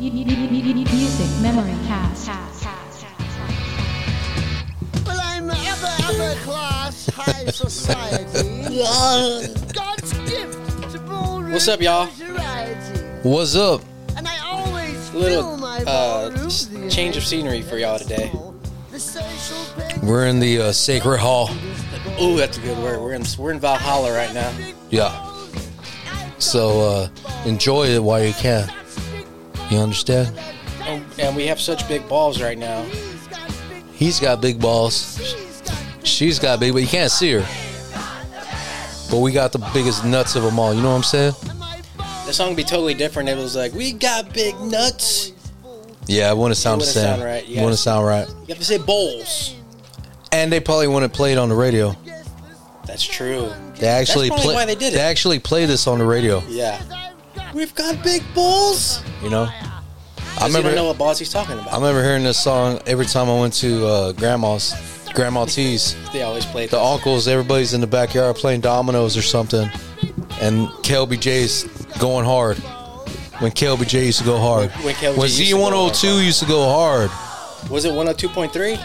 Music Memory Cast. Well, I'm upper, upper class, high society. God's gift to ballroom What's up, y'all? notoriety. What's up? And I always fill little my uh, ballroom s- theater change of scenery for y'all today. small. The social picture We're in the uh, Sacred Hall. is the goal. Ooh, that's a good word. We're in we're in Valhalla right now. Yeah. So uh, enjoy it while you can. You understand? And, Oh, and we have such big balls right now. He's got big balls. She's got big, but you can't see her. But we got the biggest nuts of them all. You know what I'm saying? The song would be totally different. It was like, we got big nuts. Yeah, I want to sound It the wouldn't same. sound right, yeah. Want to sound right? You have to say bowls. And they probably wouldn't play it on the radio. That's true. They actually probably play. why they did it. actually play this on the radio. Yeah. We've got big balls. You know? I I remember. don't know what balls he's talking I about. remember hearing this song every time I went to uh, grandma's, grandma T's. they always play the uncles, everybody's in the backyard playing dominoes or something, and KLBJ's going hard. When KLBJ used to go hard, When- when KLBJ used to go Z102 hard. used to go hard, Was it 102.3?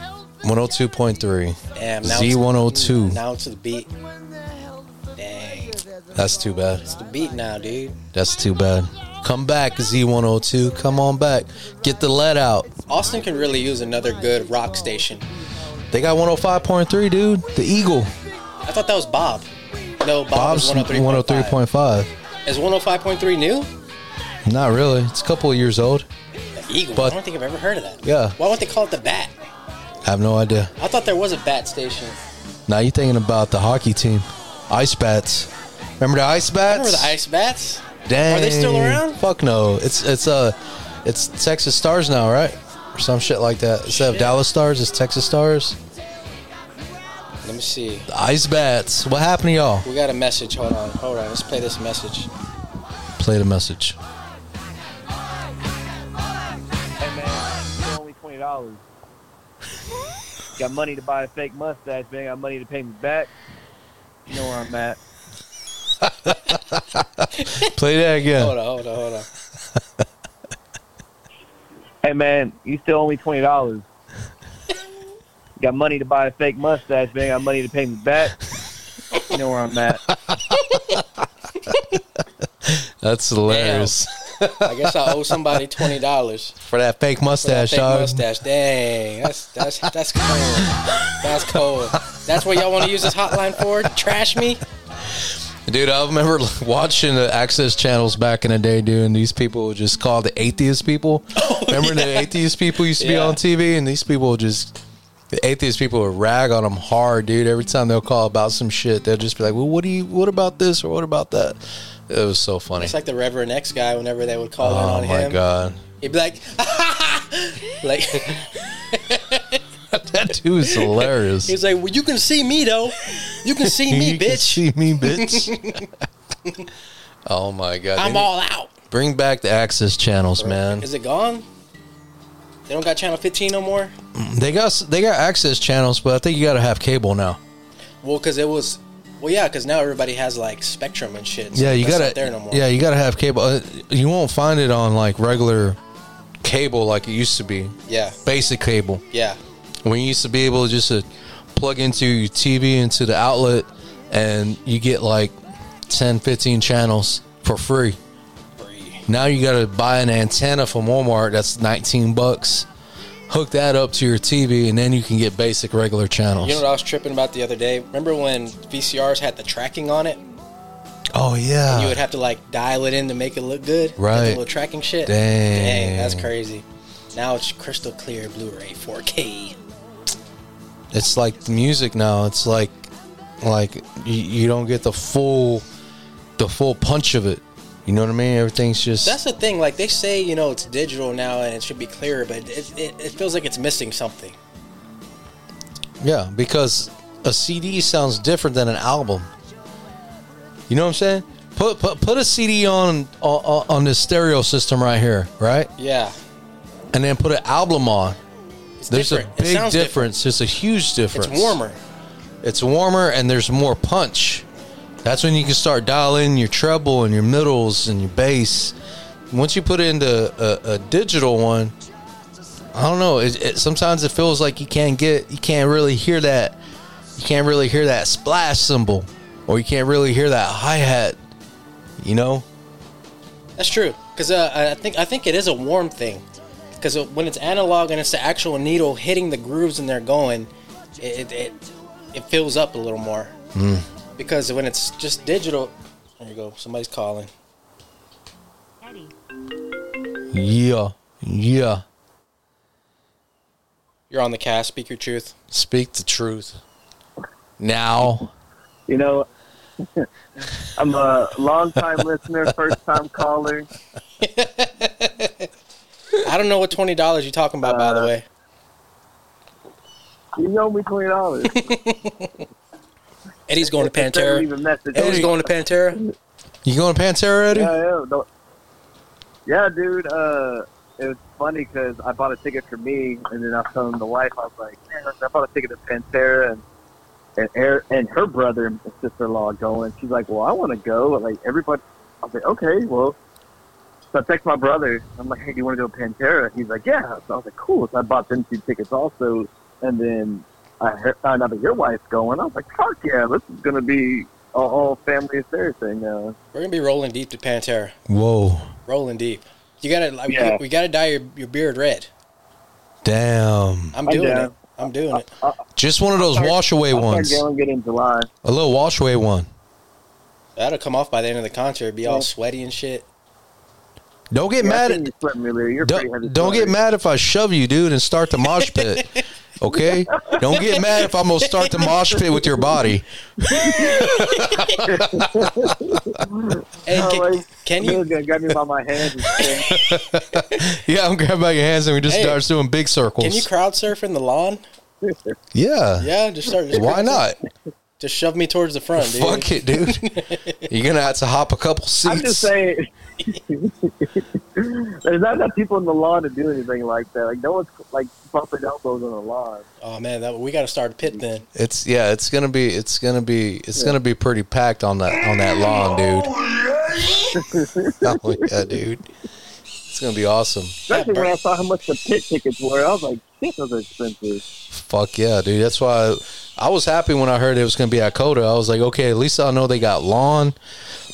102.3, Damn, now it's- Z102. Now it's the beat. Dang. That's too bad. It's the beat now, dude. That's too bad. Come back, Z102. Come on back. Get the lead out. Austin can really use another good rock station. They got 105.3, dude. The Eagle. I thought that was Bob. No, Bob Bob's was 103.5. 103.5. Is 105.3 new? Not really. It's a couple of years old. The Eagle. But- I don't think I've ever heard of that. Yeah. Why wouldn't they call it the Bat? I have no idea. I thought there was a Bat station. Now you're thinking about the hockey team, Ice Bats. Remember the Ice Bats? Remember the Ice Bats? Dang. Are they still around? Fuck no. It's it's uh it's Texas Stars now, right? Or some shit like that. Instead of Shit. Dallas Stars, it's Texas Stars. Let me see. The Ice Bats. What happened to y'all? We got a message. Hold on. Hold on. Let's play this message. Play the message. Hey man, it's only twenty dollars. Got money to buy a fake mustache, but ain't got money to pay me back. You know where I'm at. Play that Hold again. on. Hold on. Hold on. Hey man, you still owe me twenty dollars. Got money to buy a fake mustache, but ain't got money to pay me back. You know where I'm at. That's hilarious. I guess I owe somebody twenty dollars For that fake for that mustache, fake dog. mustache. Dang, that's that's that's cold. That's cold. That's what y'all want to use this hotline for? Trash me? Dude, I remember watching the access channels back in the day, dude, and these people would just call the atheist people. remember the atheist people used to be Oh, Yeah. on TV, and these people would just the atheist people would rag on them hard, dude. Every time they'll call about some shit, they'll just be like, "Well, what do you? What about this? Or what about that?" It was so funny. It's like the Reverend X guy. Whenever they would call in oh on my him, god, he'd be like, like that dude is hilarious. he's like, well, you can see me though. You can see me, You can bitch. See me, bitch. oh my god, They I'm need- all out. bring back the access channels, man. Is it gone? They don't got channel 15 no more. They got they got access channels, but I think you got to have cable now. Well, because it was. Well, yeah, because now everybody has like Spectrum and shit. so yeah, you that's gotta. not there no more. Yeah, you gotta have cable. Uh, You won't find it on like regular cable like it used to be. yeah, Basic cable. yeah. When you used to be able to just uh, plug into your TV into the outlet, and you get like 10, 15 channels for free. Free. Now you gotta buy an antenna from Walmart. That's nineteen bucks. Hook that up to your TV, and then you can get basic regular channels. You know what I was tripping about the other day? Remember when VCRs had the tracking on it? oh yeah. You would have to like dial it in to make it look good. Like the Right. little tracking shit. Dang. that's crazy. Now it's crystal clear Blu-ray 4K. it's like the music now it's like like you, you don't get the full the full punch of it you know what i mean everything's just That's the thing. Like they say, you know, it's digital now and it should be clearer, but it, it, it feels like it's missing something. yeah because a cd sounds different than an album you know what i'm saying put put, put a cd on, on on this stereo system right here right Yeah, and then put an album on it's there's different. a it big sounds difference there's a huge difference different. It's warmer. it's warmer and there's more punch That's when you can start dialing your treble and your middles and your bass. Once you put it into a, a digital one, I don't know. It, it, sometimes it feels like you can't get, you can't really hear that, you can't really hear that splash cymbal, or you can't really hear that hi hat. You know, That's true. Because uh, I think I think it is a warm thing. Because when it's analog and it's the actual needle hitting the grooves and they're going, it it, it, it fills up a little more. Because when it's just digital, there you go. Somebody's calling. yeah, yeah. You're on the cast. Speak your truth. Speak the truth. Now, You know, I'm a long time listener, first time caller. I don't know what twenty dollars you're talking about. by the way, You owe me twenty dollars. Eddie's going to Pantera. Even message. Eddie's me. going to Pantera. you going to Pantera, Eddie? Yeah, yeah, don't- yeah, dude. Uh, it was funny because I bought a ticket for me, and then I was telling the wife, I was like, Man, I bought a ticket to Pantera, and and, er, and her brother and sister-in-law going. She's like, well, I want to go. But, like everybody, I was like, okay, well. So I text my brother. I'm like, hey, do you want to go to Pantera? He's like, yeah. So I was like, cool. So I bought them two tickets also, and then I heard, found out that your wife's going. I was like, fuck yeah, this is gonna be a whole family affair thing now. We're gonna be rolling deep to Pantera. Whoa, Rolling deep. You gotta like Yeah. we, we gotta dye your, your beard red. damn! I'm I'm doing down. it. I'm doing it. Just one of those Sorry. wash away I'll start ones, going get in July. a little wash away one. That'll come off by the end of the concert. Be Yeah. all sweaty and shit. Don't get Yeah, mad I at seen you sweating earlier. You're pretty heavy Don't, don't get sweater. mad if I shove you, dude, and start the mosh pit. Okay? Don't get mad if I'm going to start the mosh pit with your body. Hey, Oh, can, like, can you? Bill's gonna grab me by my hands and say, Yeah, I'm grabbing by your hands and we just Hey, starts doing big circles. Can you crowd surf in the lawn? yeah. Yeah, just start. Just, Why not? Just shove me towards the front, dude. Fuck it, dude. You're going to have to hop a couple seats. I'm just saying. There's not enough people in the lawn to do anything like that. Like no one's like bumping elbows on the lawn. Oh man, that we gotta start a pit then. It's yeah, it's gonna be it's gonna be it's gonna be pretty packed on that on that lawn, dude. oh yeah, dude. It's gonna be awesome. Especially when I saw how much the pit tickets were, I was like, "Shit, those are expensive." Fuck yeah, dude. That's why I, was happy when I heard it was going to be at Coda. I was like, okay, at least I know they got lawn.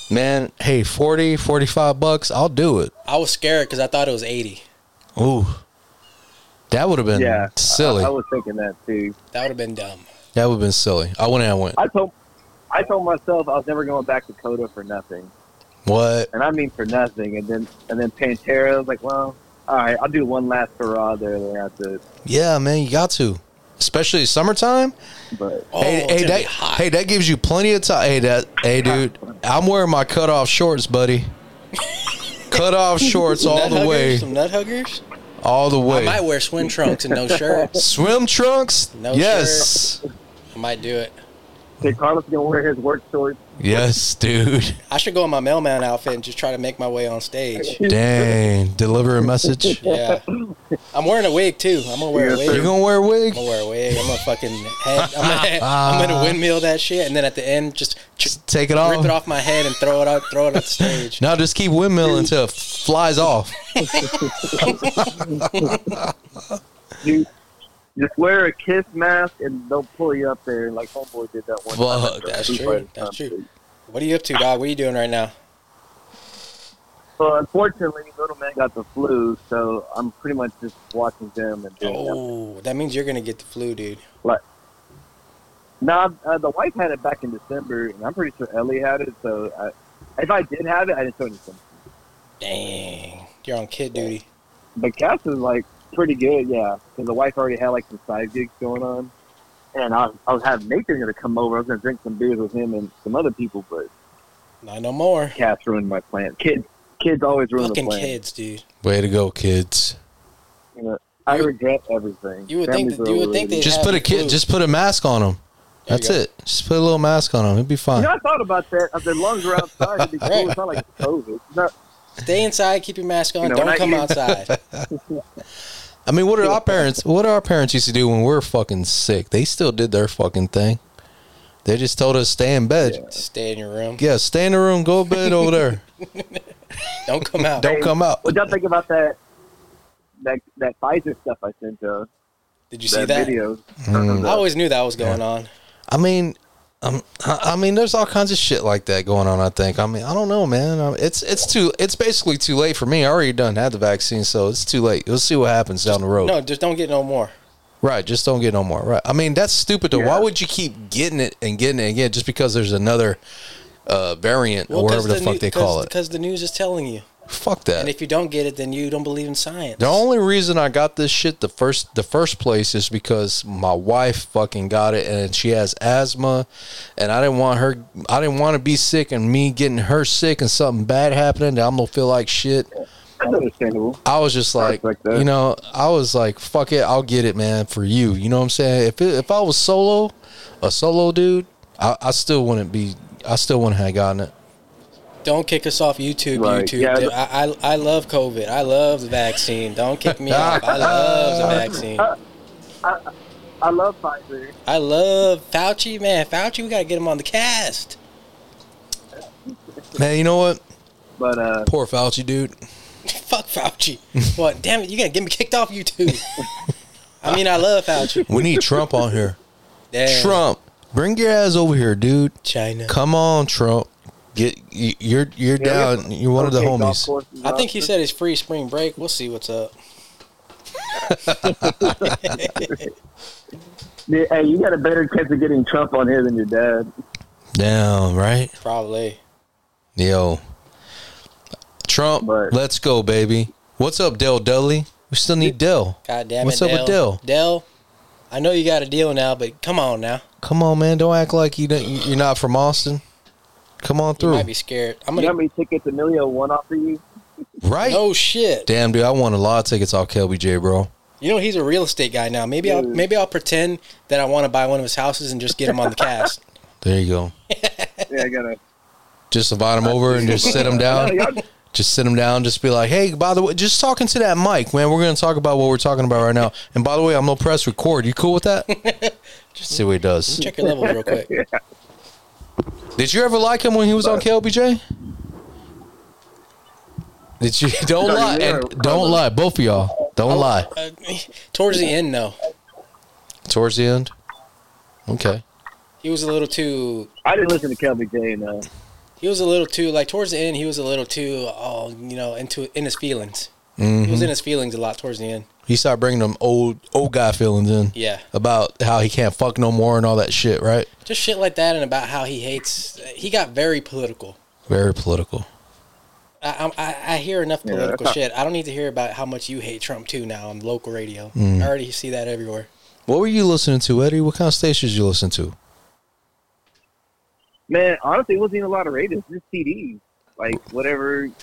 Man, hey, 40, 45 bucks, I'll do it. I was scared because I thought it was eighty. Ooh. That would have been Yeah, I- silly. I, was thinking that too. That would have been dumb. that would have been silly. I wouldn't have went. I told, I told myself I was never going back to Coda for nothing. What? and I mean for nothing. And then and then Pantera I was like, well, all right, I'll do one last hurrah there. Then that's it. Yeah, man, you got to. Especially summertime. But Oh, hey, hey, that, hey, that gives you plenty of time. Hey, that, hey, dude, I'm wearing my cutoff shorts, buddy. cutoff shorts all the way, Some nut huggers. all the I might way. wear swim trunks and no shirt. Swim trunks? No yes, I might do it. St. Carlos gonna wear his work shorts. yes, dude. I should go in my mailman outfit and just try to make my way on stage. Dang, deliver a message. Yeah, I'm wearing a wig too. I'm gonna wear a You wig. gonna wear a wig? I'm gonna wear a wig. I'm gonna fucking head. I'm gonna, I'm gonna windmill that shit, and then at the end, just ch- Just take it off. rip it off my head and throw it out, throw it on stage. No, just keep windmilling until it flies off. You just wear a kiss mask and they'll pull you up there like homeboy did that one. time. Fuck. That's He true. played That's true. something. What are you up to, dog? What are you doing right now? So unfortunately, little man got the flu, so I'm pretty much just watching them and doing nothing. Oh, that means you're gonna get the flu, dude. No, uh, the wife had it back in December, and I'm pretty sure Ellie had it. So I, if I did have it, I didn't show anything. Dang, you're on kid duty. But Cass is like pretty good, yeah, because the wife already had like some side gigs going on, and I, I was having Nathan gonna come over. I was gonna drink some beers with him and some other people, but Not no more. Cass ruined my plan. Kids, kids always ruin Fucking the plan. kids, dude. Way to go, kids. You know, I regret everything. You would think Families that- are you would think overrated. that- Just have put a the flu. kid. Just put a mask on him. There you That's go. it. Just put a little mask on him. He'll be You fine. know, I thought about that. I said, lungs are outside. It'd be cool. It's not like COVID. It's not, Stay inside. Keep your mask on. You know, when Don't I come eat- outside. I mean, what are our parents? What our parents used to do when we were fucking sick? They still did their fucking thing. They just told us stay in bed. Yeah, Stay in your room. stay in the room, go to bed over there. Don't come out. Don't Hey, come out. What y'all think about that? That that Pfizer stuff I sent you. Did you see that? video? Hmm. Mm. I always knew that was going on. I mean, um, I I mean, there's all kinds of shit like that going on. I think. I mean, I don't know, man. I- It's it's too. It's basically too late for me. I already done had the vaccine, so it's too late. We'll see what happens down the road. No, just don't get no more. Right. Just don't get no more. Right. I mean, that's stupid. Though. Yeah. Why would you keep getting it and getting it again just because there's another uh, variant or whatever the, fuck they call it? Because the news is telling you. Fuck that. And if you don't get it, then you don't believe in science. The only reason I got this shit the first the first place is because my wife fucking got it and she has asthma and I didn't want her I didn't want to be sick and me getting her sick and something bad happening that I'm gonna feel like shit. That's understandable. I was just like, Respect that. you know, I was like, fuck it, I'll get it, man, for you. You know what I'm saying? If it, if I was solo, a solo dude, I, I still wouldn't be I still wouldn't have gotten it. Don't kick us off YouTube. Right. YouTube. Yeah, but- I, I I love COVID. I love the vaccine. Don't kick me off. I love the vaccine. I love Pfizer. I love Fauci, man. Fauci, we gotta get him on the cast. Man, you know what? But uh, Poor Fauci dude. Fuck Fauci. what? Damn it! You gotta get me kicked off YouTube. I mean, I love Fauci. We need Trump on here. Damn. Trump, bring your ass over here, dude. China. Come on, Trump. Get y- you're you're Yeah, down. You're one of the okay, golf homies. courses, I think he uh, said it's free spring break. We'll see what's up. Yeah, Hey, you got a better chance of getting Trump on here than your dad. Down, right? Probably. Yo, Trump, But- let's go, baby. What's up, Dell Dudley? We still need Dell. God damn What's it. up with Dell? Dell, I know you got a deal now, but come on now. Come on, man. Don't act like you don't, you- you're not from Austin. Come on You through, might be scared. I'm You know how gonna. many tickets Emilio won off of you? right? No shit. Damn, dude, I won a lot of tickets off Kelby J, bro. You know he's a real estate guy now. Maybe I'll Dude. maybe I'll pretend that I want to buy one of his houses and just get him on the cast. There you go. Yeah, I gotta. Just invite him over and just sit him Oh. down. No, y'all- just sit him down just be like hey by the way just talking to that mic man we're gonna talk about what we're talking about right now and by the way i'm gonna press record you cool with that just see what he does Check your levels real quick. did you ever like him when he was on klbj did you don't No, lie you and were- don't lie both of y'all don't lie Uh, towards the end, no, towards the end okay he was a little too. I didn't listen to Kelby J. No. He was a little too like towards the end. He was a little too, oh, you know, into in his feelings. He was in his feelings a lot towards the end. Mm-hmm. he started bringing them old old guy feelings in Yeah, about how he can't fuck no more and all that shit right just shit like that, and about how he hates. He got very political. very political I I'm- I, I hear enough Yeah. political shit. I don't need to hear about how much you hate Trump too now on local radio. I already see that everywhere. what were you listening to eddie what kind of stations you listen to Man, honestly, it wasn't even a lot of radios. Just CDs, like whatever. And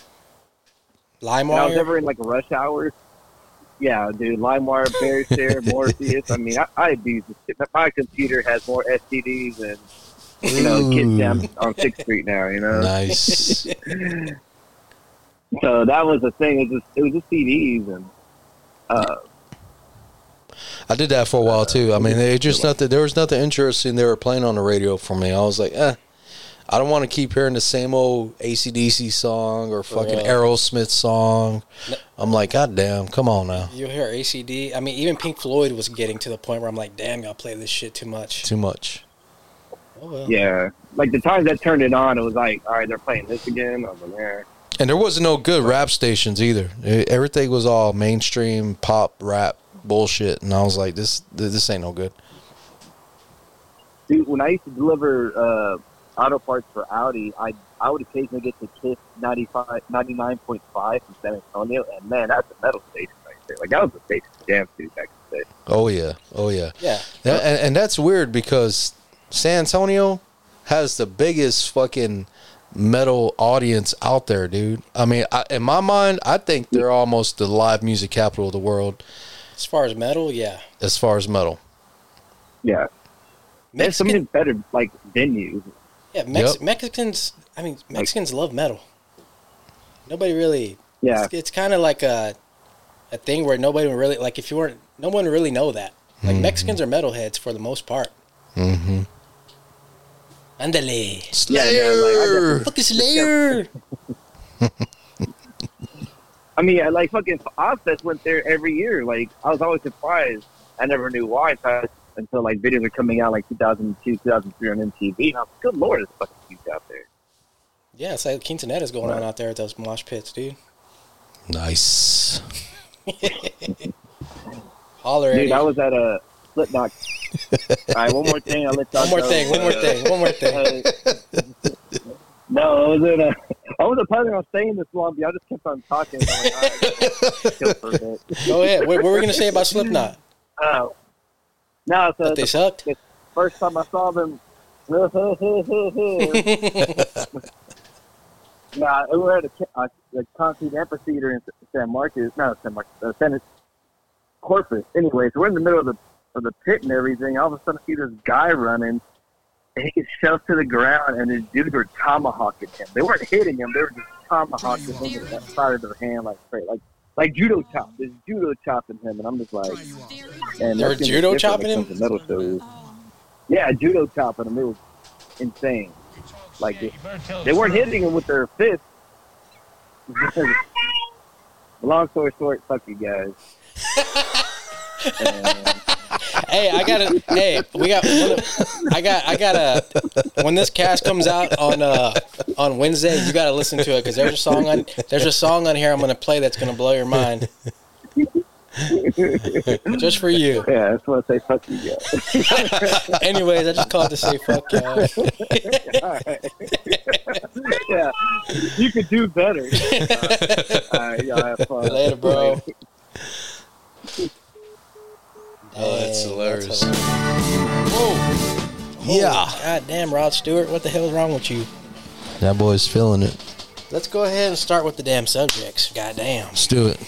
I was LimeWire. never in like rush hours. Yeah, dude. LimeWire, Bear Share, Morpheus. I mean, I, I abuse this shit. My computer has more STDs than you know kids Ooh. down on Sixth Street now. You know. nice So that was the thing. It was just, it was just CDs and. Uh, I did that for a while too. I mean, they just nothing. There was nothing interesting they were playing on the radio for me. I was like, eh, I don't want to keep hearing the same old ACDC song or fucking real. Aerosmith song. I'm like, God damn, come on now, You'll hear ACD. I mean, even Pink Floyd was getting to the point where I'm like, damn, y'all play this shit too much. too much. Oh, well. yeah, like the times I turned it on, it was like, all right, they're playing this again. I was like, yeah. And there wasn't no good rap stations either. E- Everything was all mainstream pop rap bullshit, and I was like, this th- this ain't no good. Dude, when I used to deliver uh, auto parts for Audi, I I would occasionally get to Kiss 95, 99.5 from San Antonio, and man, that's a metal station right there. Like that was a station to jam to back in the day. Oh yeah, oh yeah. Yeah. Yeah, and, and that's weird because San Antonio has the biggest fucking metal audience out there, dude. I mean, I, in my mind, I think they're almost the live music capital of the world As far as metal, yeah. as far as metal. Yeah, there's so many Mexican, better like venues. yeah, Mex- Yep. Mexicans, I mean, Mexicans love metal. Nobody really, Yeah, it's, it's kind of like a, a thing where nobody would really, like, if you weren't, Mm-hmm. no one would really know that. Like, Mexicans are metalheads for the most part. Mm-hmm. Andale. Yeah, yeah, Slayer. like, Fucking Slayer. I mean, I like fucking Ozfest went there every year. Like, I was always surprised. I never knew why so- until like videos were coming out like 2002, 2003 on MTV. And I was like, good lord, it's fucking huge out there. Yeah, it's like Quintanetta's going on out there at those mosh pits, dude. nice. Holler at Dude, I him. was at a Slipknot. All right, one more thing. I let y'all One more know. thing, one more Uh, thing, one more thing. uh, no, I was in a. I was planning on staying this long, but I just kept on talking. I'm like, all right, chill for a bit. Go ahead. What, what were we going to say about Slipknot? Uh, no, so That they sucked? first time I saw them. nah, it were at a, a, a concrete amphitheater in San Marcos. No, San Marcos, uh, San Corpus. Anyway, so we're in the middle of the of the pit and everything. All of a sudden, I see this guy running, and he gets shoved to the ground, and these dudes were tomahawking him. They weren't hitting him; they were just tomahawking him with the side of their hand, like straight, like like judo chop. There's judo chopping him, and I'm just like, and They were that shit was judo different chopping when him? it comes to metal shows. Yeah, judo chopping him. It was insane. Like they, they weren't hitting him with their fists. Long story short, fuck you guys. And- Hey, I got to Hey, we got. One of, I got. I got to When this cast comes out on uh on Wednesday, you got to listen to it because there's a song on there's a song on here I'm going to play that's going to blow your mind. Just for you. yeah, I just want to say fuck you guys. Anyways, I just called to say fuck y'all. yeah, you could do better. All right, y'all have fun. Later, bro. Oh, that's Dang, hilarious. hilarious. Yeah. God damn, Rod Stewart, what the hell is wrong with you? That boy's feeling it. Let's go ahead and start with the damn subjects. God damn. Let's do it.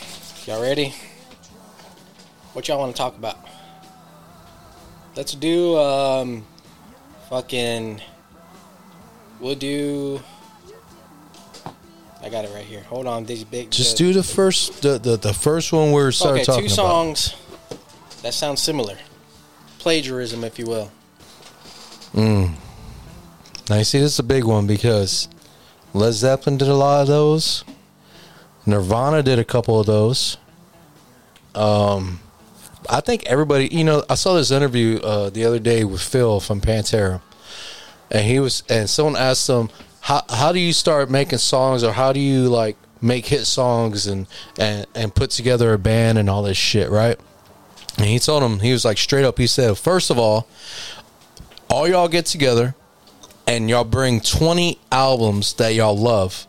Y'all ready? What y'all want to talk about? Let's do um fucking we'll do I got it right here. Hold on, these big Just do the first the, the, the first one we're starting Okay, talking two about. songs that sound similar. Plagiarism, if you will. Now you see this is a big one because Led Zeppelin did a lot of those. Nirvana did a couple of those. Um I think everybody you know, I saw this interview uh, the other day with Phil from Pantera. And he was and someone asked him, How how do you start making songs or how do you like make hit songs and and, and put together a band and all this shit, right? And he told him he was like straight up, he said, First of all, all y'all get together and y'all bring 20 albums that y'all love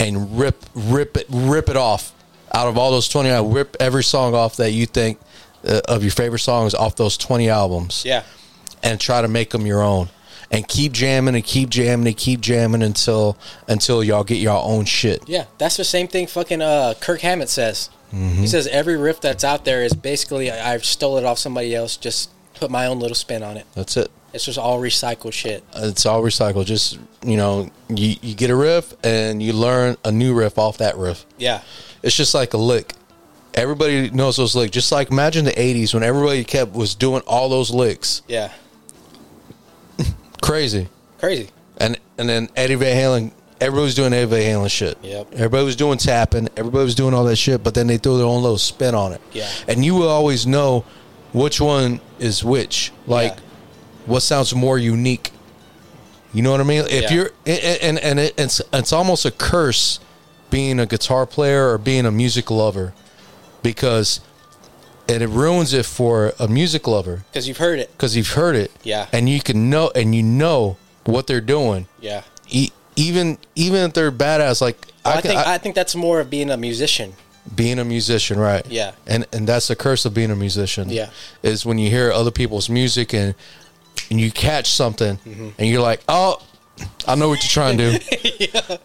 and rip rip it rip it off out of all those 20 I rip every song off that you think uh, of your favorite songs off those 20 albums Yeah. and try to make them your own and keep jamming and keep jamming and keep jamming until until y'all get your own shit Yeah, that's the same thing fucking uh, Kirk Hammett says. Mm-hmm. He says every riff that's out there is basically I, I've stole it off somebody else, just put my own little spin on it. that's it It's just all recycled shit. it's all recycled just you know you, you get a riff and you learn a new riff off that riff Yeah, It's just like a lick. Everybody knows those licks. Just like imagine the '80s when everybody kept was doing all those licks, yeah, crazy. crazy. And and then Eddie Van Halen, everybody was doing Eddie Van Halen shit. Yep. Everybody was doing tapping. Everybody was doing all that shit. But then they threw their own little spin on it. Yeah. And you will always know which one is which. Like, Yeah. what sounds more unique. You know what I mean? If Yeah. you're and and, and it, it's it's almost a curse being a guitar player or being a music lover because and it ruins it for a music lover Because you've heard it. because you've heard it Yeah. and you can know and you know what they're doing Yeah, E- even even if they're badass like I, I, can, think I- I, think that's more of being a musician. being a musician right Yeah. and and that's the curse of being a musician Yeah. is when you hear other people's music and and you catch something Mm-hmm. and you're like oh i know what you're trying to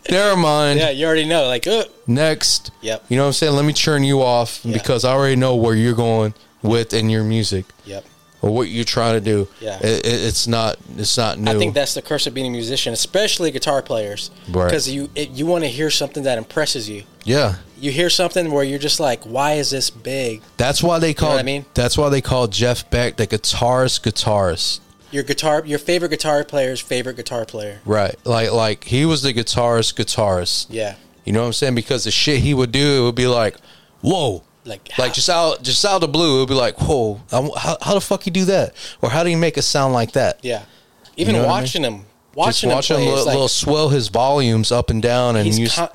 do never mind Yeah, you already know. Like, uh, next Yep. you know what i'm saying let me churn you off because i already know where you're going with in your music yep. or what you're trying to do Yeah. it, it- it's not it's not new I think that's the curse of being a musician, especially guitar players, Right. because you it, you want to hear something that impresses you. yeah You hear something where you're just like, "Why is this big?" That's why they call. what I mean? That's why they call Jeff Beck the guitarist guitarist your guitar, your favorite guitar player's favorite guitar player. Right. Like like he was the guitarist guitarist. Yeah, You know what I'm saying? Because the shit he would do, it would be like, whoa. like Like just out just out of the blue, it would be like, whoa, I'm- how, how the fuck you do that? Or how do you make it sound like that? yeah, even know what I mean? watching him, Just watching him watch him play, little, it's like little swell his volumes up and down and he's use con-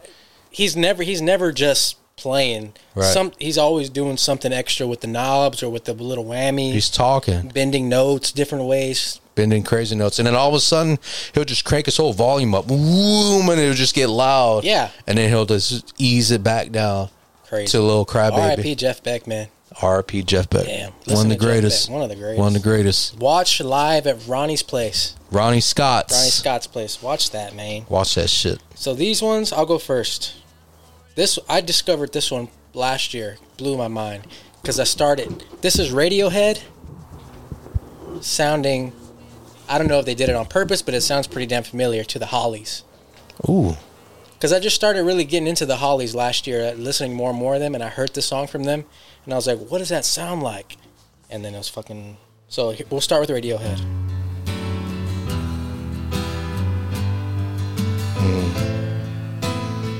he's never he's never just playing. Right. Some he's always doing something extra with the knobs or with the little whammy, he's talking, bending notes different ways. bending crazy notes, and then all of a sudden he'll just crank his whole volume up, boom, and it'll just get loud. Yeah. and then he'll just ease it back down Crazy. to a little crybaby. R.I.P. Jeff Beck, man. R.I.P. Jeff Beck, Damn. one Listen of to the Jeff greatest, Beck, one of the greatest. one of the greatest. Watch live at Ronnie's place, Ronnie Scott's. Ronnie Scott's place. Watch that, man. Watch that shit. So these ones, I'll go first. This I discovered this one last year, blew my mind because I started. This is Radiohead sounding. I don't know if they did it on purpose, but it sounds pretty damn familiar to the Hollies. Ooh, Because I just started really getting into the Hollies last year, uh, listening more and more of them, and I heard this song from them, and I was like, "What does that sound like?" And then it was fucking. So he- we'll start with Radiohead.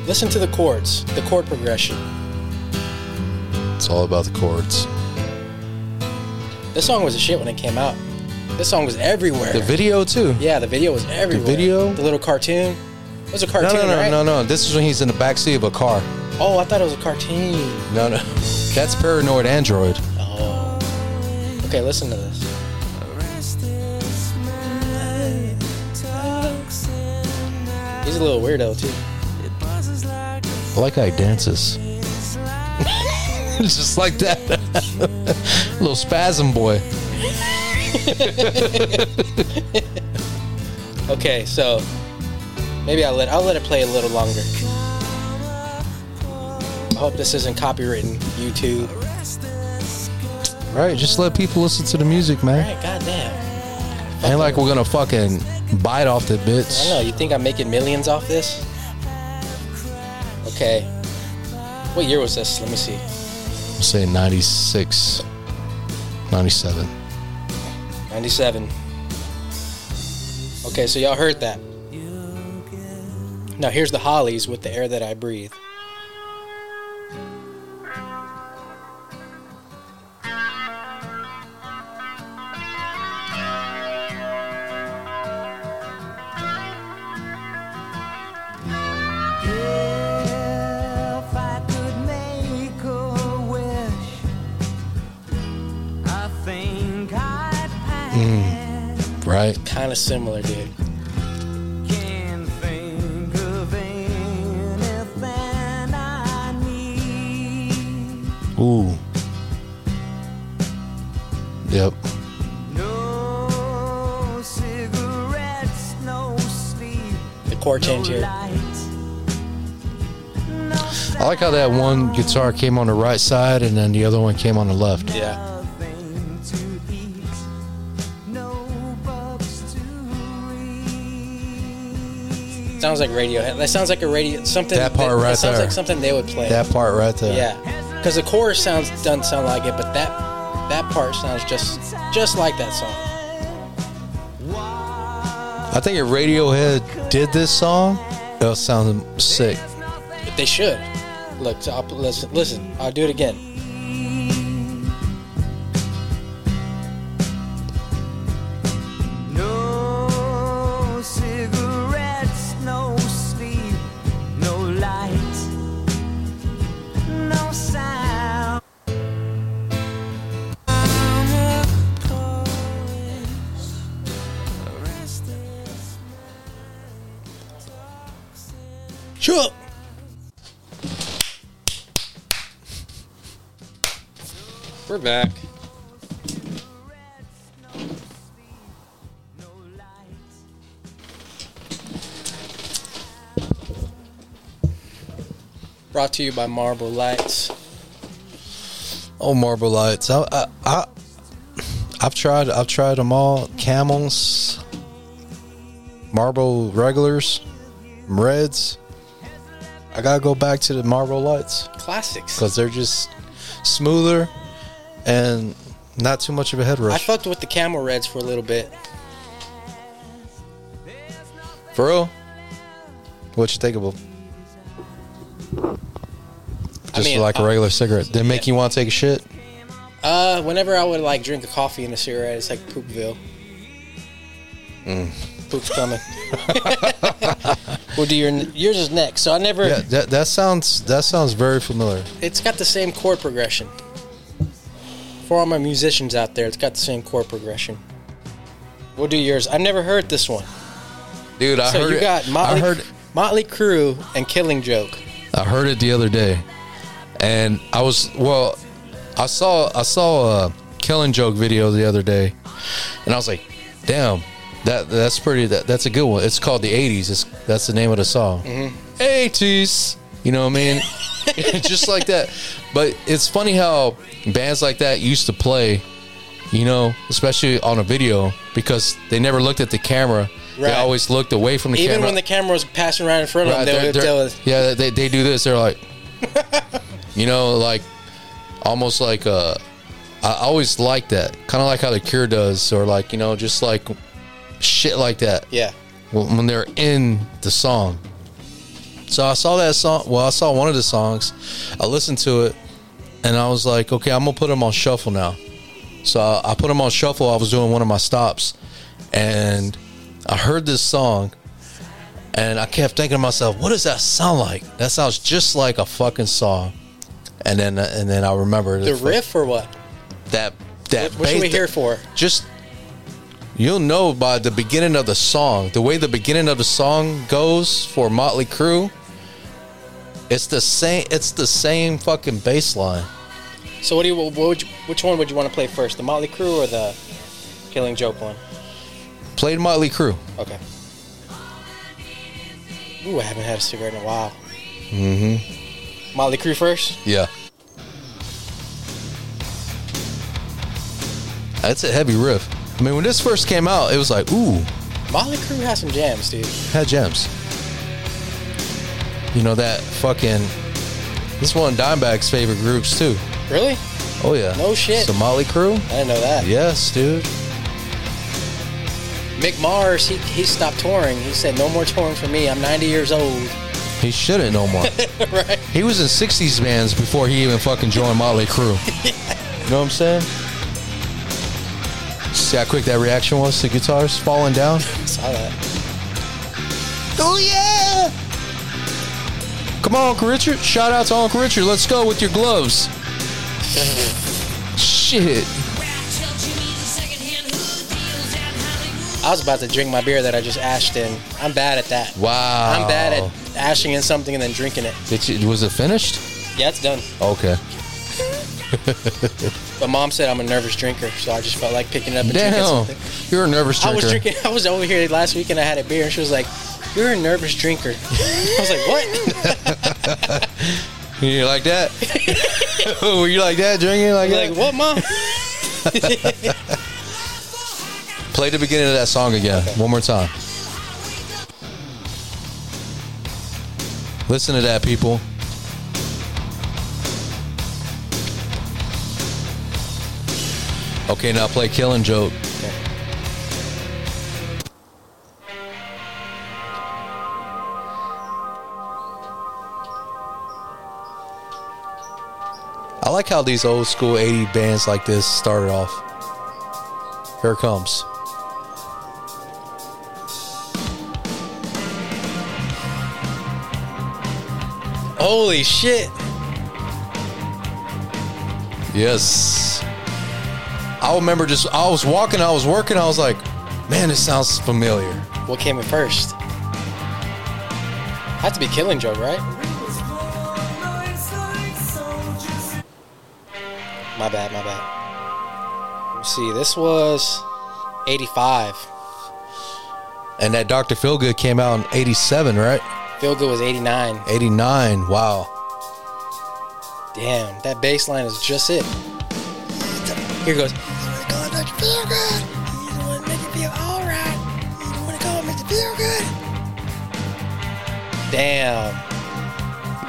Listen to the chords, the chord progression. it's all about the chords. This song was a shit when it came out. This song was everywhere. The video too. yeah, the video was everywhere. video? the little cartoon. It was a No, cartoon, no, no, right? no, no. This is when he's in the backseat of a car. Oh, I thought it was a cartoon. No, no. That's paranoid android. Oh. Okay, listen to this. He's a little weirdo too. I like how he dances. Just like that. Little spasm boy. Okay, so maybe I'll let I'll let it play a little longer. I hope this isn't copywritten, YouTube. Right, just let people listen to the music, man. Alright, goddamn. Ain't like we're gonna fucking bite off the I know, bitch. you think I'm making millions off this? Okay. What year was this? Let me see. Say 96, 97. 97. Okay, so y'all heard that. Now here's the Hollies with the air that I breathe. If I could make a wish, I think I'd pass. Right? Kind of similar, dude. Can't think of anything I need. Ooh. Yep. No cigarettes, no sleep, The chord no change here. light. I like how that one guitar came on the right side and then the other one came on the left. Yeah. Nothing to eat, no books to read. Sounds like Radiohead. That sounds like a radio something. That part right sounds there. like something they would play. That part right there. yeah. Because the chorus sounds doesn't sound like it, but that that part sounds just just like that song. I think if Radiohead did this song, it'll sound sick. But they should. Look, so I'll, listen, listen. I'll do it again. No cigarettes, no sleep, no light, no sound. Sure. We're back. Brought to you by Marble Lights. Oh, Marble Lights. I, I, I, I've tried. I've tried them all. Camels, Marble regulars, Reds. I gotta go back to the Marble Lights Classics. because they're just smoother and not too much of a head I rush. fucked with the Camel Reds for a little bit. For real? What you think of them? Just mean, like a I- regular cigarette. Did it make you want to take a shit? Uh, whenever I would like drink a coffee and a cigarette, it's like Poopville. Mm. Poop's coming. we'll do your yours is next. So I never. Yeah, that, that sounds that sounds very familiar. It's got the same chord progression. For all my musicians out there, it's got the same chord progression. We'll do yours. I never heard this one. Dude, I so heard you it. got Motley, I heard Motley Crue and Killing Joke. I heard it the other day, and I was well. I saw I saw a Kellen joke video the other day, and I was like, "Damn, that that's pretty. That, that's a good one. It's called the '80s. It's that's the name of the song. Mm-hmm. '80s. You know what I mean? Just like that. But it's funny how bands like that used to play. You know, especially on a video because they never looked at the camera. They Right. always looked away from the Even camera. when the camera was passing right in front of Right, them, they they're- would they're- tell us. yeah, they, they do this. They're like, you know, like almost like uh, I always like that, kind of like how the Cure does, or like you know, just like shit like that Yeah. when when they're in the song. So I saw that song. Well, I saw one of the songs. I listened to it, and I was like, okay, I'm gonna put them on shuffle now. So I, I put them on shuffle. I was doing one of my stops, and I heard this song, and I kept thinking to myself, what does that sound like? That sounds just like a fucking song. And then, and then I remembered The it- riff or what? that that What should we bass- here for? just you'll know by the beginning of the song the way the beginning of the song goes for motley Crue. it's the same it's the same fucking bass line So what do you? What would you which one would you want to play first? The Motley Crue or the Killing Joke one? played motley Crue. Okay. Ooh, I haven't had a cigarette in a while. Mm-hmm. Mm-hmm. Motley Crue first. yeah that's a heavy riff i mean when this first came out it was like ooh Motley Crue has some jams, dude. had gems you know that fucking this is one of dimebag's favorite groups too Really? oh yeah No shit. so motley Crue. I didn't know that. Yes, dude. Mick Mars, he, he stopped touring. He said, "No more touring for me. I'm 90 years old." He shouldn't no more. right? he was in 60s bands before he even fucking joined Motley Crue. You know what I'm saying? See how quick that reaction was to guitars falling down? Saw that. Oh, yeah! Come on, Uncle Richard. Shout out to Uncle Richard. Let's go with your gloves. Shit. I was about to drink my beer that I just ashed in. I'm bad at that. Wow. I'm bad at ashing in something and then drinking it. Did you, was it finished? Yeah, it's done. Okay. But mom said I'm a nervous drinker, so I just felt like picking it up and drinking Damn. something. You're a nervous I drinker. was drinking. I was over here last week and I had a beer, and she was like, "You're a nervous drinker." I was like, "What?" You like that? Were you like that drinking like that? like, "What, mom?" Play the beginning of that song again, one more time. Listen to that, people. Okay, now play Killing Joke. I like how these old school 80 bands like this started off. Here it comes. Holy shit! Yes. I remember just I was walking, I was working, I was like, man, this sounds familiar. What came in first? Had to be Killing Joke, right? My bad, my bad. Let me see. This was 85. And that Dr. Feelgood came out in 87, right? Feel Good was 89. 89. Wow. Damn, that bass line is just it. Here goes. Damn.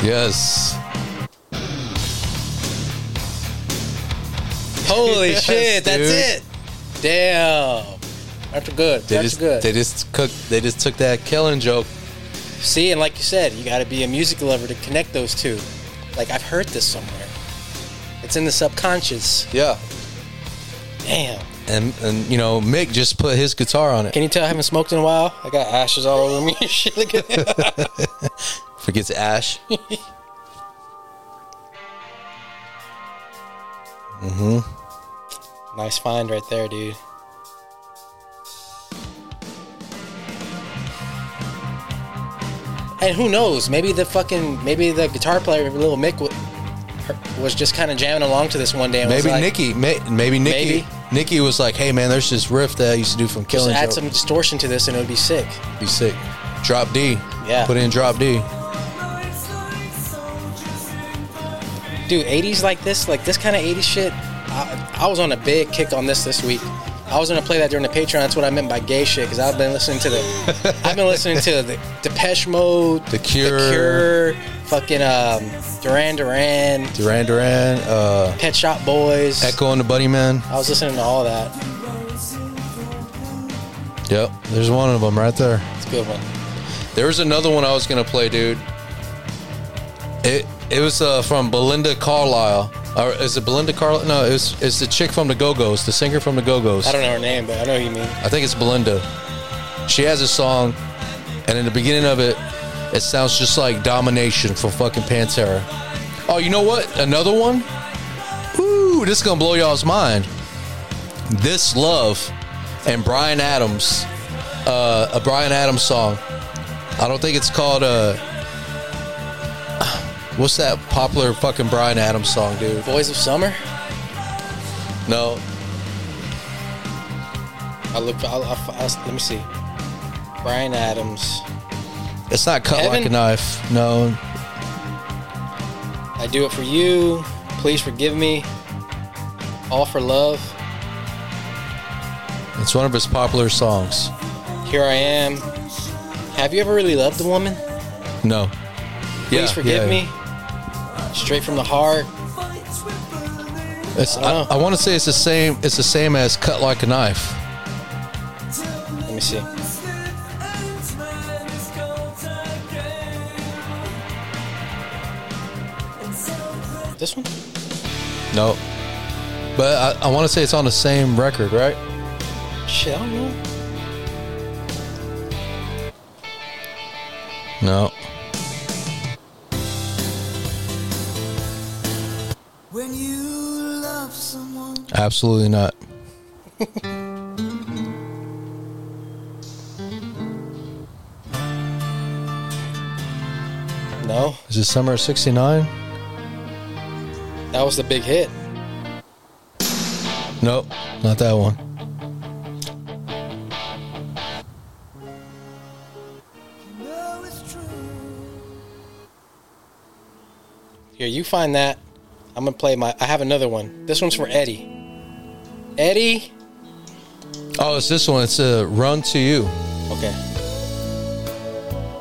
Yes. Holy Yes, shit, dude. that's it. Damn. All That's good. They That's just good. they just cooked. They just took that killing joke. See, and like you said, you got to be a music lover to connect those two. Like I've heard this somewhere. It's in the subconscious. Yeah, Damn. and and you know Mick just put his guitar on it. Can you tell I haven't smoked in a while? I got ashes all over me. and Shit. Look at that. Forgets Ash. mm-hmm. nice find right there, dude. And who knows? Maybe the fucking maybe the guitar player, little Mick, wa- her- was just kind of jamming along to this one day. And was Maybe like, Nikki. May, maybe Nikki. Maybe. Nikki was like, "Hey man, there's this riff that I used to do from Just Killing add Joke. some distortion to this, and it would be sick. Be sick. Drop D. Yeah. Put in drop D. Dude, 80s like this, like this kind of 80s shit. I, I was on a big kick on this this week. I was gonna play that during the Patreon. That's what I meant by gay shit, because I've been listening to the, I've been listening to the Depeche Mode, The Cure. The Cure, fucking um, Duran Duran, Duran Duran. Uh, Pet Shop Boys. Echo and the Bunny Man. I was listening to all that. Yep. There's one of them right there. It's a good one. There was another one I was gonna play, dude. It it was uh, from Belinda Carlisle. Or is it Belinda Carlisle? No, it's it's the chick from the Go Go's, the singer from the Go Go's. I don't know her name, but I know what you mean. I think it's Belinda. She has a song, and in the beginning of it, it sounds just like Domination from fucking Pantera. Oh, you know what? Another one? Ooh, this is gonna blow y'all's mind. This Love and Brian Adams, uh, a Brian Adams song. I don't think it's called, uh, what's that popular fucking Brian Adams song, dude? Boys of Summer. No, I look. I'll, I'll, I'll, let me see. Brian Adams. it's not Cut Like a Heaven? Knife. No, I do it for you. Please forgive me. All for love. it's one of his popular songs. Here I am. Have you ever really loved a woman? No. Please forgive me. Straight from the heart. It's, I, Wow. I want to say it's the same. It's the same as cut like a knife. Let me see. This one? No, but I, I want to say it's on the same record, right? Shit, I don't know. No. When you love someone, Absolutely not. No, Is it summer of '69? that was the big hit. Nope, not that one. you know it's true. Here, you find that. I'm gonna play my. I have another one. This one's for Eddie. Eddie. Oh, it's this one. It's a run to you. Okay.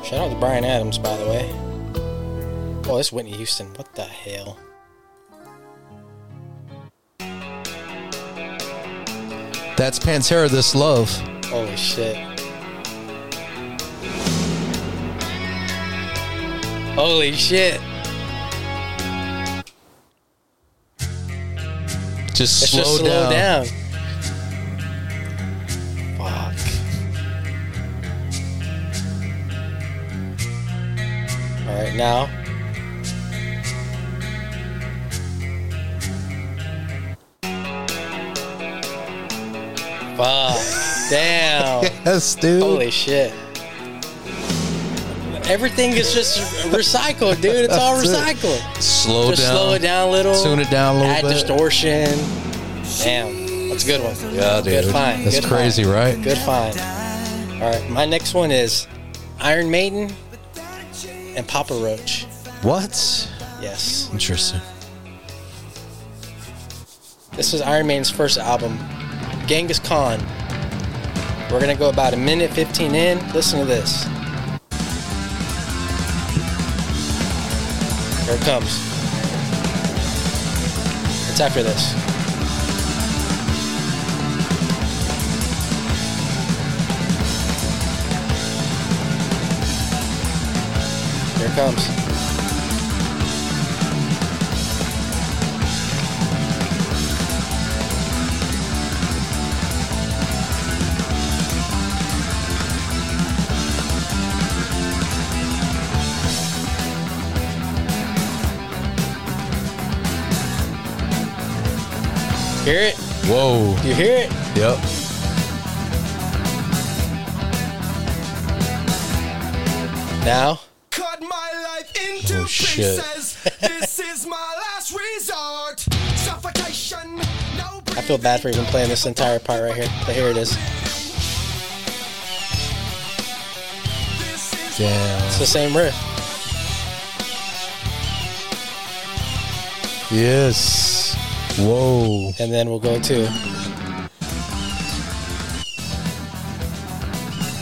Shout out to Brian Adams, by the way. Oh, it's Whitney Houston. What the hell? That's Pantera. This love. Holy shit. Holy shit. Just It's slow just slow down. down. Fuck. All right, now. Fuck. Damn. Yes, dude. Holy shit. Everything is just recycled, dude. It's all That's it. recycled. slow Just down. slow it down a little. Tune it down a little add bit. distortion. Damn, that's a good one. Yeah, dude. Good find. That's Good crazy, find. right? Good find. All right, my next one is Iron Maiden and Papa Roach. What? Yes, Interesting. this was Iron Maiden's first album, Genghis Khan. We're gonna go about a minute 15 in. Listen to this. Here it comes. It's after this. Here it comes. Hear it? Whoa. Do you hear it? Yep. Now? Cut my life into Oh, shit. pieces. this is my last resort. Suffocation. No I feel bad for even playing this entire part right here, but here it is. Damn. It's the same riff. Yes. Whoa. And then we'll go to.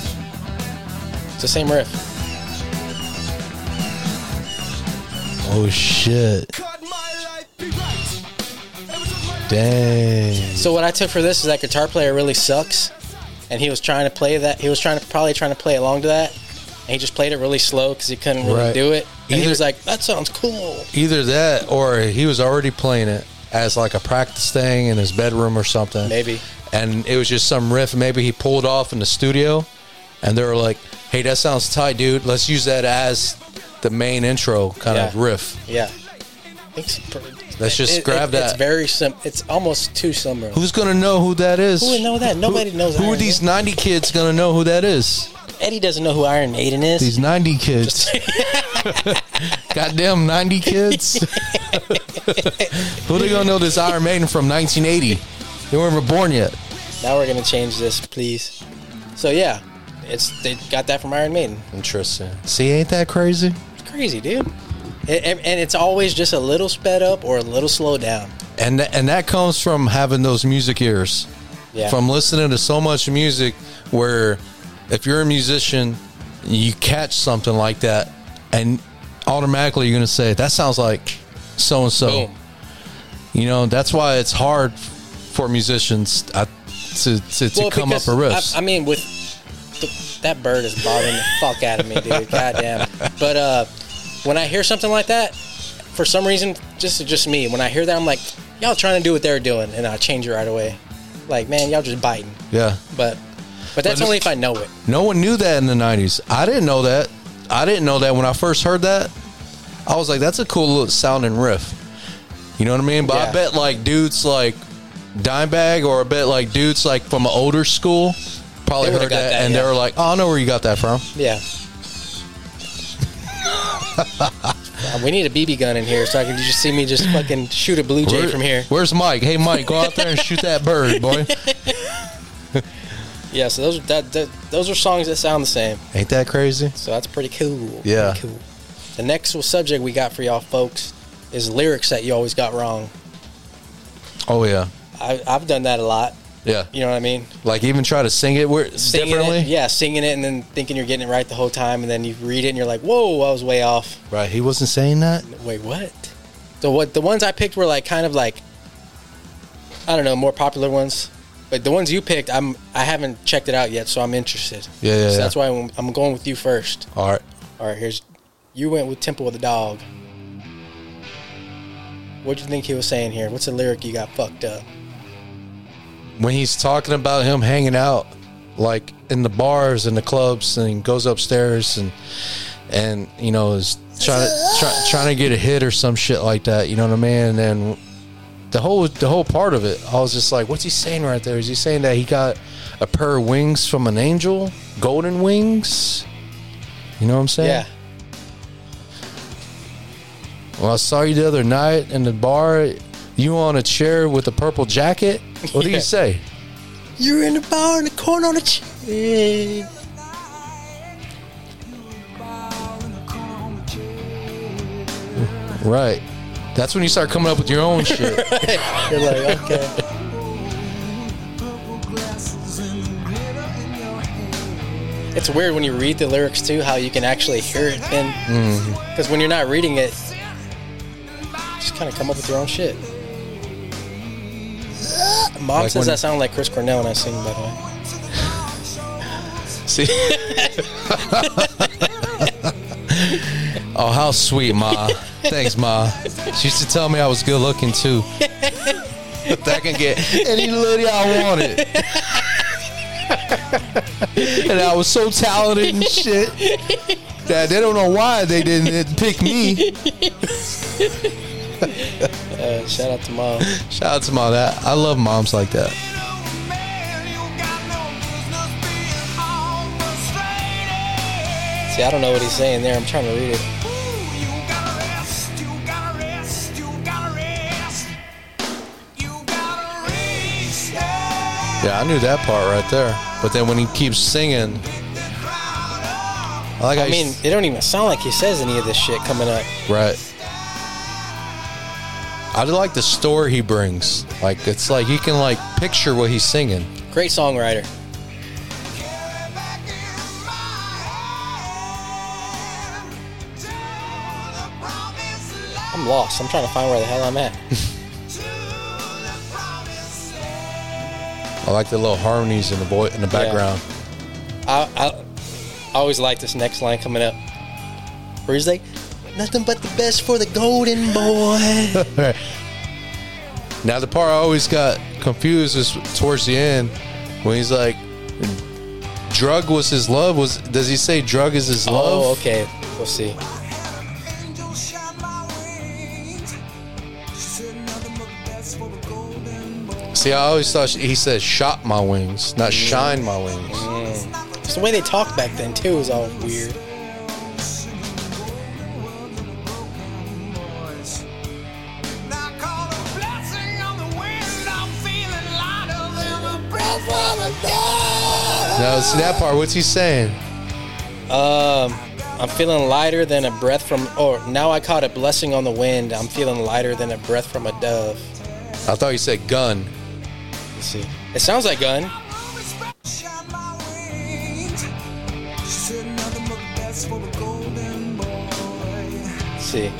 It's the same riff. Oh shit. Cut my life. Be right. Every time my life Dang. So what I took for this is that guitar player really sucks, and he was trying to play that. He was trying to probably trying to play along to that, and he just played it really slow because he couldn't really Right. do it. And he Either- was like, "That sounds cool." Either that or he was already playing it as like a practice thing in his bedroom or something. Maybe. And it was just some riff. Maybe he pulled off in the studio and they were like, hey, that sounds tight, dude. Let's use that as the main intro kind of Yeah. riff. Yeah. It's pr- Let's just it- it- grab It's that. very sim. It's almost too similar. Who's going to know who that is? Who would know that? Nobody who, knows Who are Iron these 90 kids going to know who that is? Eddie doesn't know who Iron Maiden is. These 90 kids. Goddamn 90 kids. Who they gonna know this Iron Maiden from 1980? They weren't even born yet. Now we're gonna change this, please. So yeah, it's they got that from Iron Maiden. Interesting. See, ain't that crazy? It's crazy, dude. It, and, and it's always just a little sped up or a little slowed down. And tha- and that comes from having those music ears, Yeah. from listening to so much music. Where, if you're a musician, you catch something like that, and automatically you're gonna say that sounds like so and so. boom. You know, that's why it's hard f- for musicians uh, to to, to come up because a riff. I, I mean, with the, that bird is bothering the fuck out of me, dude. Goddamn. But uh, when I hear something like that, for some reason, just just me. When I hear that, I'm like, y'all trying to do what they're doing, and I change it right away. Like, man, y'all just biting. yeah. But but that's only if I know it. No one knew that in the 90s. I didn't know that. I didn't know that when I first heard that. I was like, that's a cool little sounding riff. You know what I mean? But Yeah. I bet like dudes like Dimebag or I bet like dudes like from an older school probably They would've heard got that, that, and yeah. they were like, oh, I know where you got that from. Yeah. Uh, we need a BB gun in here so I can you just see me just fucking shoot a blue jay Where- from here. Where's Mike? Hey, Mike, go out there and shoot that bird, boy. Yeah, so those that, that those are songs that sound the same. Ain't that crazy? So that's pretty cool. Yeah. Pretty cool. The next little subject we got for y'all folks is lyrics that you always got wrong. Oh, yeah. I, I've done that a lot. Yeah. You know what I mean? Like even try to sing it weird, Singing differently. It, yeah, singing it and then thinking you're getting it right the whole time, and then you read it and you're like, "Whoa, I was way off." Right. He wasn't saying that. Wait, what? The what the ones I picked were like kind of like I don't know, more popular ones. But the ones you picked, I'm I haven't checked it out yet, so I'm interested. Yeah, yeah, So yeah. that's why I'm, I'm going with you first. All right. All right, here's you went with Temple of the Dog. What do you think he was saying here? What's the lyric you got fucked up? when he's talking about him hanging out like in the bars and the clubs and goes upstairs and and you know is trying to try, trying to get a hit or some shit like that you know what i mean and then the whole the whole part of it i was just like what's he saying right there is he saying that he got a pair of wings from an angel golden wings you know what i'm saying Yeah. Well, I saw you the other night in the bar. You on a chair with a purple jacket. What do Yeah. you say? You're in the bar in the corner on the chair. Right. That's when you start coming up with your own shit. You're like, okay. It's weird when you read the lyrics too, how you can actually hear it then. Because when you're not reading it, just kind of come up with your own shit. Mom Like says when- I sound like Chris Cornell when I sing, uh, by the way. See? Oh, how sweet, Ma. Thanks, Ma. She used to tell me I was good looking too. That I can get any lady I wanted. and I was so talented and shit that they don't know why they didn't pick me. Uh, shout out to mom. Shout out to mom. That I love moms like that. See, I don't know what he's saying there. I'm trying to read it. Yeah, I knew that part right there. But then when he keeps singing, I like how I mean, it don't even sound like he says any of this shit coming up. Right. I do like the story he brings. Like it's like you can like picture what he's singing. Great songwriter. I'm lost. I'm trying to find where the hell I'm at. I like the little harmonies in the boy in the background. I, I, I always like this next line coming up. Where he's like, nothing but the best for the golden boy. Now the part I always got confused is towards the end when he's like, "Drug was his love." Was does he say "drug is his love"? oh, okay. We'll see. See, I always thought she- he said "shot my wings," not Mm. "shine my wings." It's the way they talked back then too is all weird. Now see that part. What's he saying? Um, I'm feeling lighter than a breath from, or now I caught a blessing on the wind. I'm feeling lighter than a breath from a dove. I thought he said "gun." Let's see. It sounds like gun. Let's see.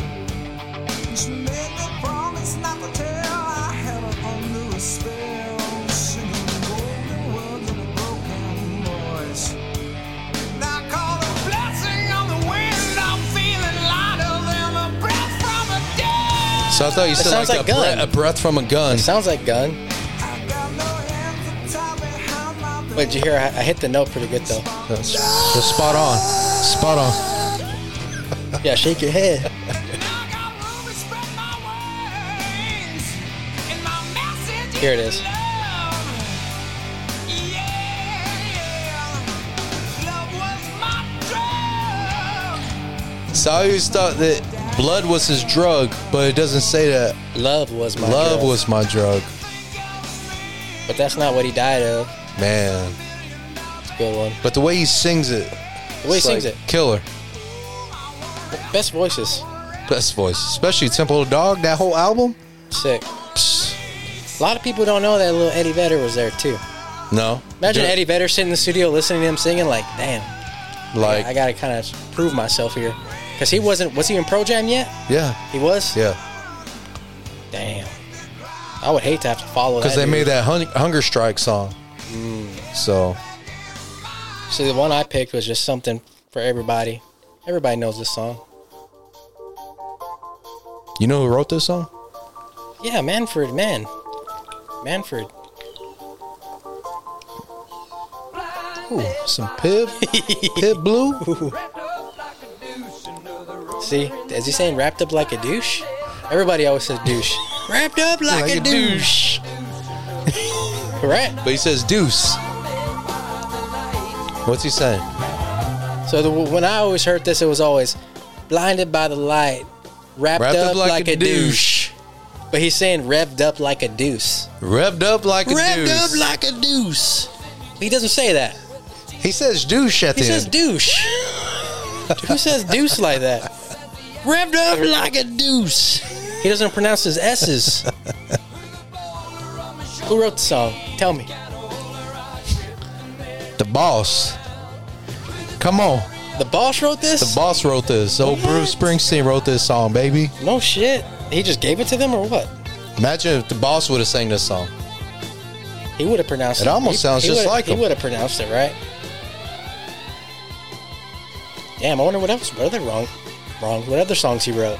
So I thought you said sounds like, like a, bre- gun. a breath from a gun. It sounds like gun. But did you hear? I, I hit the note pretty good though. That's, that's spot on. Spot on. Yeah, shake your head. Here it is. So I always thought that blood was his drug, but it doesn't say that Love was my love drug. was my drug. but that's not what he died of. Man. It's a good one. But the way he sings it, The way he it's sings like it, killer. best voices, Best voice, especially Temple of the Dog. That whole album. sick. Psst. A lot of people don't know that little Eddie Vedder was there too. No. Imagine Yeah. Eddie Vedder sitting in the studio listening to him singing, like, damn, Like I gotta kind of prove myself here, because he wasn't. Was he in Pro Jam yet? yeah, He was. yeah. Damn. I would hate to have to Mm. follow Because that they dude. made that hun- hunger strike song. So So the one I picked was just something for everybody. Everybody knows this song. you know who wrote this song? Yeah, Manfred, man. Manfred. Ooh, some Pib, Pib Blue. See, is he saying wrapped up like a douche? Everybody always says douche. wrapped up like, a, douche. Correct. But he says deuce. What's he saying? So the, when I always heard this, it was always blinded by the light, wrapped, up, like, a, douche. But he's saying revved up like a deuce. Revved up like a Revved douche. up like a deuce. He doesn't say that. he says douche at He the says end. douche. Who says deuce like that? Revved up like a deuce. He doesn't pronounce his S's. Who wrote the song? Tell me. the boss. Come on, The boss wrote this? the boss wrote this. Oh, Bruce Springsteen wrote this song, baby. No shit. He just gave it to them or what? Imagine if the boss would have sang this song. He would have pronounced It it. almost he, sounds he just would've- like he him. would have pronounced it right. Damn, I wonder what else. What are they wrong? Wrong. What other songs he wrote?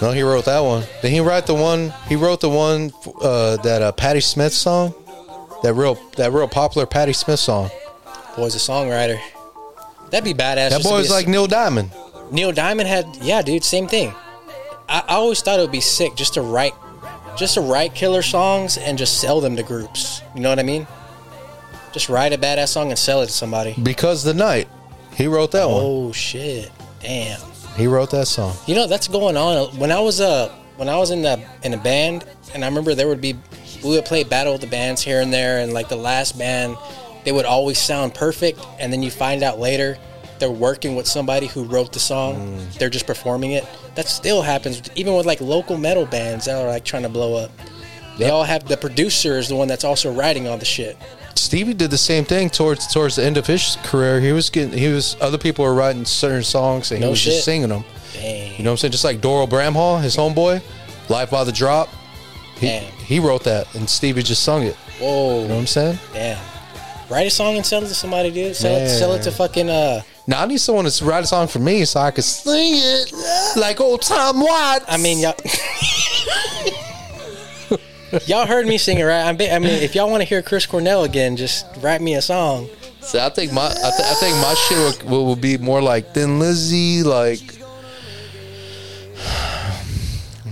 No, he wrote that one. Did he write the one? He wrote the one uh, that uh, Patti Smith song, that real that real popular Patti Smith song. Boy's a songwriter. That'd be badass. That just to be boy's a- like Neil Diamond. Neil Diamond had, yeah, dude, same thing. I, I always thought it would be sick just to write, just to write killer songs and just sell them to groups. You know what I mean? Just write a badass song and sell it to somebody. Because the night, he wrote that one. Oh shit! Damn. He wrote that song. You know that's going on. When I was uh when I was in the in a band, and I remember there would be we would play battle of the bands here and there, and like the last band, they would always sound perfect, and then you find out later they're working with somebody who wrote the song. They're just performing it. That still happens, even with like local metal bands that are like trying to blow up. They all have the producer is the one that's also writing all the shit. Stevie did the same thing towards towards the end of his career. He was getting he was other people were writing certain songs and he No was shit. just singing them. Dang. You know what I'm saying? Just like Doral Bramhall, his homeboy, Life by the Drop. He, Damn. he wrote that and Stevie just sung it. Whoa. You know what I'm saying? Damn. Write a song and sell it to somebody, dude. Sell it. Sell it to Man. fucking uh. Now I need someone to write a song for me so I can sing it like old Tom Watts. I mean, y'all. y'all heard me singing, right? I'm ba- I mean, if y'all want to hear Chris Cornell again, just write me a song. So I think my I, th- I think my shit will, will, will be more like Thin Lizzy, like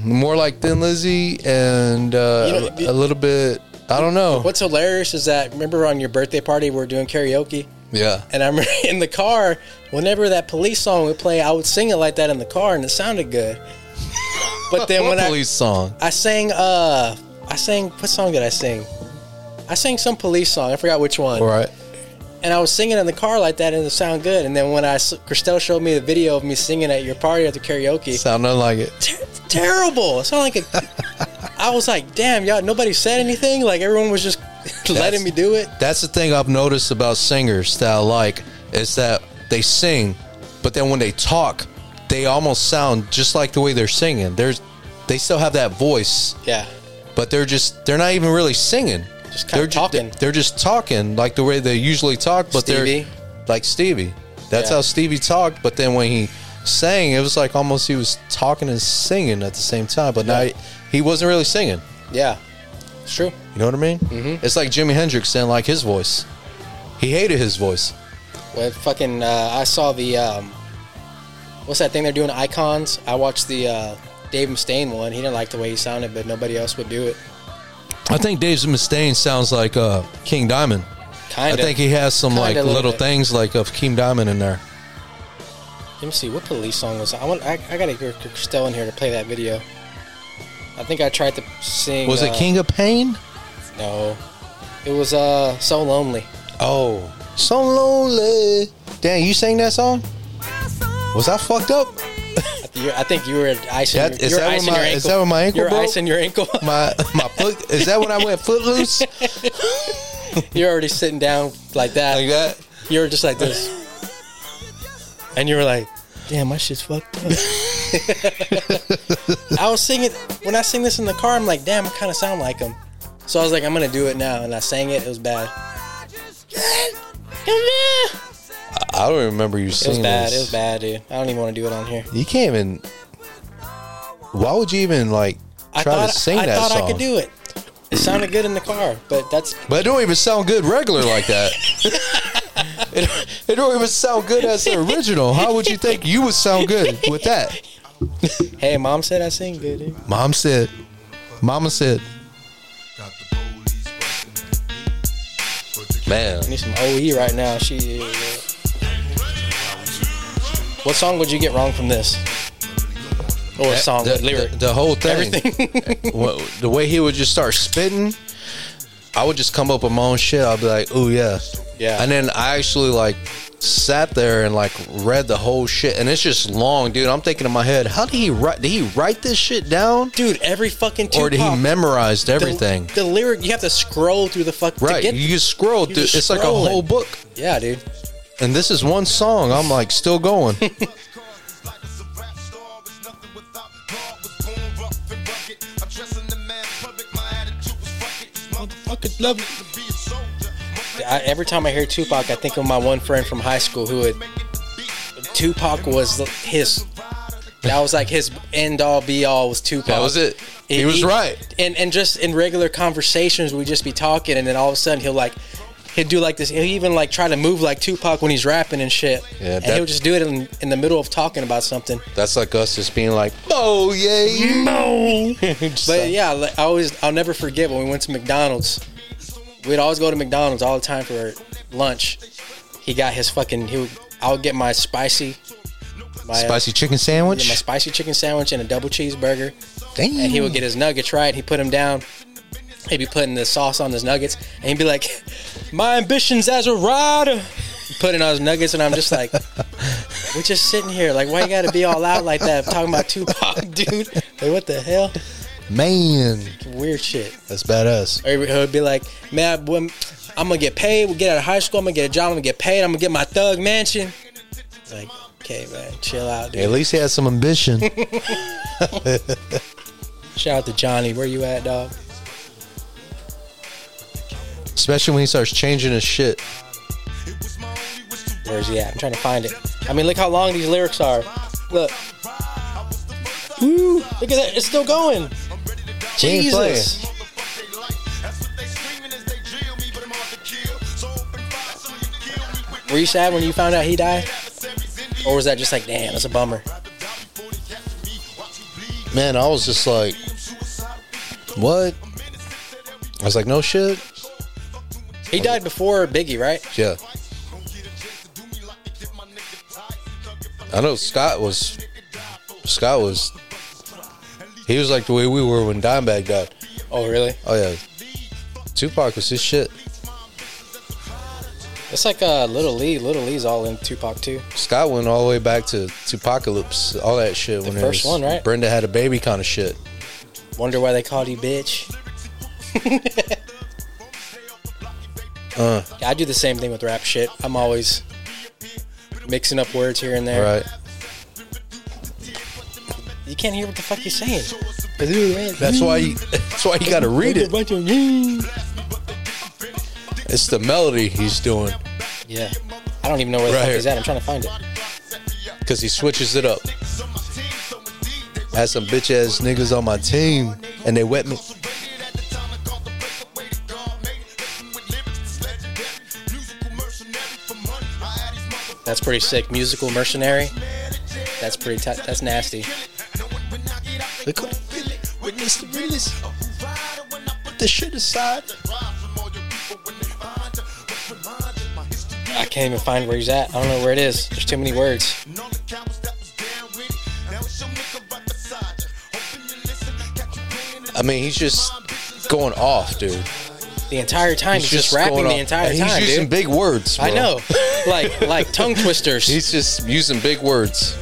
more like Thin Lizzy, and uh, You know, a little bit. I don't know. What's hilarious is that remember on your birthday party we were doing karaoke, Yeah, and I'm in the car. Whenever that police song would play, I would sing it like that in the car, and it sounded good. But then what when I police song? I sang uh I sang what song did I sing? I sang some police song. I forgot which one. All right. and I was singing in the car like that, and it sounded good. And then when I Christelle showed me the video of me singing at your party at the karaoke, Sound nothing like it. ter- terrible. It sounded like a. I was like, damn, y'all. Nobody said anything. Like everyone was just letting me do it. That's the thing I've noticed about singers that I like is that they sing, but then when they talk, they almost sound just like the way they're singing. There's, they still have that voice, Yeah, but they're just they're not even really singing. Just kinda they're ju- talking. they're just talking like the way they usually talk, but Stevie. they're like Stevie. That's Yeah. how Stevie talked, but then when he sang, it was like almost he was talking and singing at the same time. But now Yeah. he, he wasn't really singing. yeah, it's true. You know what I mean? Mm-hmm. It's like Jimi Hendrix didn't like his voice. He hated his voice. Well, fucking, uh, I saw the um, what's that thing they're doing? Icons. I watched the uh, Dave Mustaine one. He didn't like the way he sounded, but nobody else would do it. I think Dave Mustaine sounds like uh, King Diamond. Kind of. I think he has some Kinda like a little little, bit. things like of King Diamond in there. Let me see what police song was. I want. I, I gotta get Christelle in here to play that video. I think I tried to sing. Was uh, it King of Pain? No, it was uh so lonely. Oh, so lonely. Damn, you sang that song? Was I fucked up? you I think you were icing. That- your, is you were that when icing my- your ankle. is that when my ankle You were broke? icing your ankle. My my foot is that when I went footloose You're already sitting down like that. like that? you were just like this, and you were like, "Damn, my shit's fucked up." I was singing when I sing this in the car. I'm like, "Damn, I kind of sound like him." So I was like, "I'm gonna do it now," and I sang it. It was bad. Come here. I don't remember you It was singing. bad. this. It was bad, dude. I don't even want to do it on here. You can't even. Why would you even like I try thought to sing I that thought song? I could do it. It sounded good in the car, but that's But it don't even sound good regular like that. it, it don't even sound good as the original. How would you think you would sound good with that? hey, mom said I sing good. Dude. Mom said. Mama said. Man, I need some OE right now. She. What song would you get wrong from this? Or song, the, lyric, the, the whole thing. Wha- the way he would just start spitting, I would just come up with my own shit. I'd be like, "Ooh yeah, Yeah. And then I actually like sat there and like read the whole shit, and it's just long, dude. I'm thinking in my head, how did he write? Did he write this shit down, dude. Every fucking Tupac. or did he memorized the- everything? The, lyric, you have to scroll through the fuck. to right, get- you just scroll you through. just It's like a whole scrolling. book, yeah, dude. and this is one song. I'm like still going. I, every time I hear Tupac, I think of my one friend from high school who had. Tupac was the- his That was like his end all be all was Tupac. That was it. He was right. And and just in regular conversations, we just be talking, and then all of a sudden he'll like. He'd do like this. He'll even like try to move like Tupac when he's rapping and shit. Yeah, and that- he'll just do it in, in the middle of talking about something. That's like us just being like, oh yeah, Just But like- yeah, like, I always I'll never forget when we went to McDonald's. We'd always go to McDonald's all the time for lunch. He got his fucking. He would, I would get my spicy, my uh, spicy chicken yeah, my sandwich. spicy chicken sandwich and a double cheeseburger, Damn. and he would get his nuggets right. He put them down. He'd be putting the sauce on his nuggets, and he'd be like, "My ambitions as a rider." Putting on his nuggets, and I'm just like, "We're just sitting here. Like, why you gotta be all out like that? Talking about Tupac, dude. Like, what the hell? man. Weird shit." That's badass. Or he would be like, man, when I'm gonna get paid. We'll get out of high school. I'm gonna get a job. I'm gonna get paid. I'm gonna get my thug mansion. Like, okay, man, chill out, dude. At least he had some ambition. Shout out to Johnny. Where you at, dog? Especially when he starts changing his shit. Where's he at? I'm trying to find it. I mean, look how long these lyrics are. Look. Woo! Look at that. It's still going. He ain't Jesus. Were you sad when you found out he died? Or was that just like, damn, that's a bummer? Man, I was just like, what? I was like, no shit. He died before Biggie, right? Yeah. I know Scott was. Scott was. He was like the way we were when Dimebag died. Oh, really? Oh yeah. Tupac was his shit. It's like uh, Little Lee. Little Lee's all in Tupac too. Scott went all the way back to Tupacalypse, all that shit. The when it first was one, right? Brenda had a baby kind of shit. Wonder why they called you bitch. Uh, I do the same thing with rap shit. I'm always mixing up words here and there. right. You can't hear what the fuck he's saying. That's why. You, that's why you got to read it. It's the melody he's doing Yeah. I don't even know where the Right fuck here. he's at. I'm trying to find it. because he switches it up. I had some bitch ass niggas on my team, and they wet me. That's pretty sick. Musical mercenary. That's pretty. T- that's nasty. They couldn't feel it. Witness the realest. Put the shit aside. I can't even find where he's at. I don't know where it is. There's too many words. I mean, he's just going off, dude. The entire time he's, just, rapping going the off. entire And he's time, dude. using big words. I bro. know. like like tongue twisters. He's just using big words.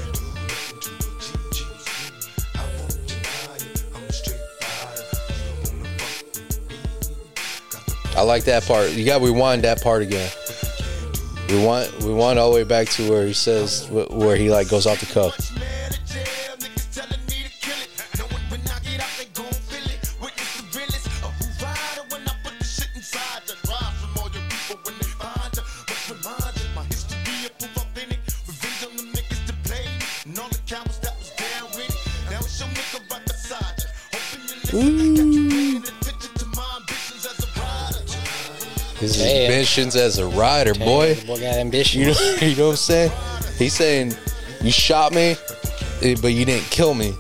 I like that part. You got to rewind that part again. We want we want all the way back to where he says wh- where he like goes off the cuff. His Damn. inventions as a rider, boy. The boy got ambition. You know, you know what I'm saying? He's saying, "You shot me, eh, but you didn't kill me."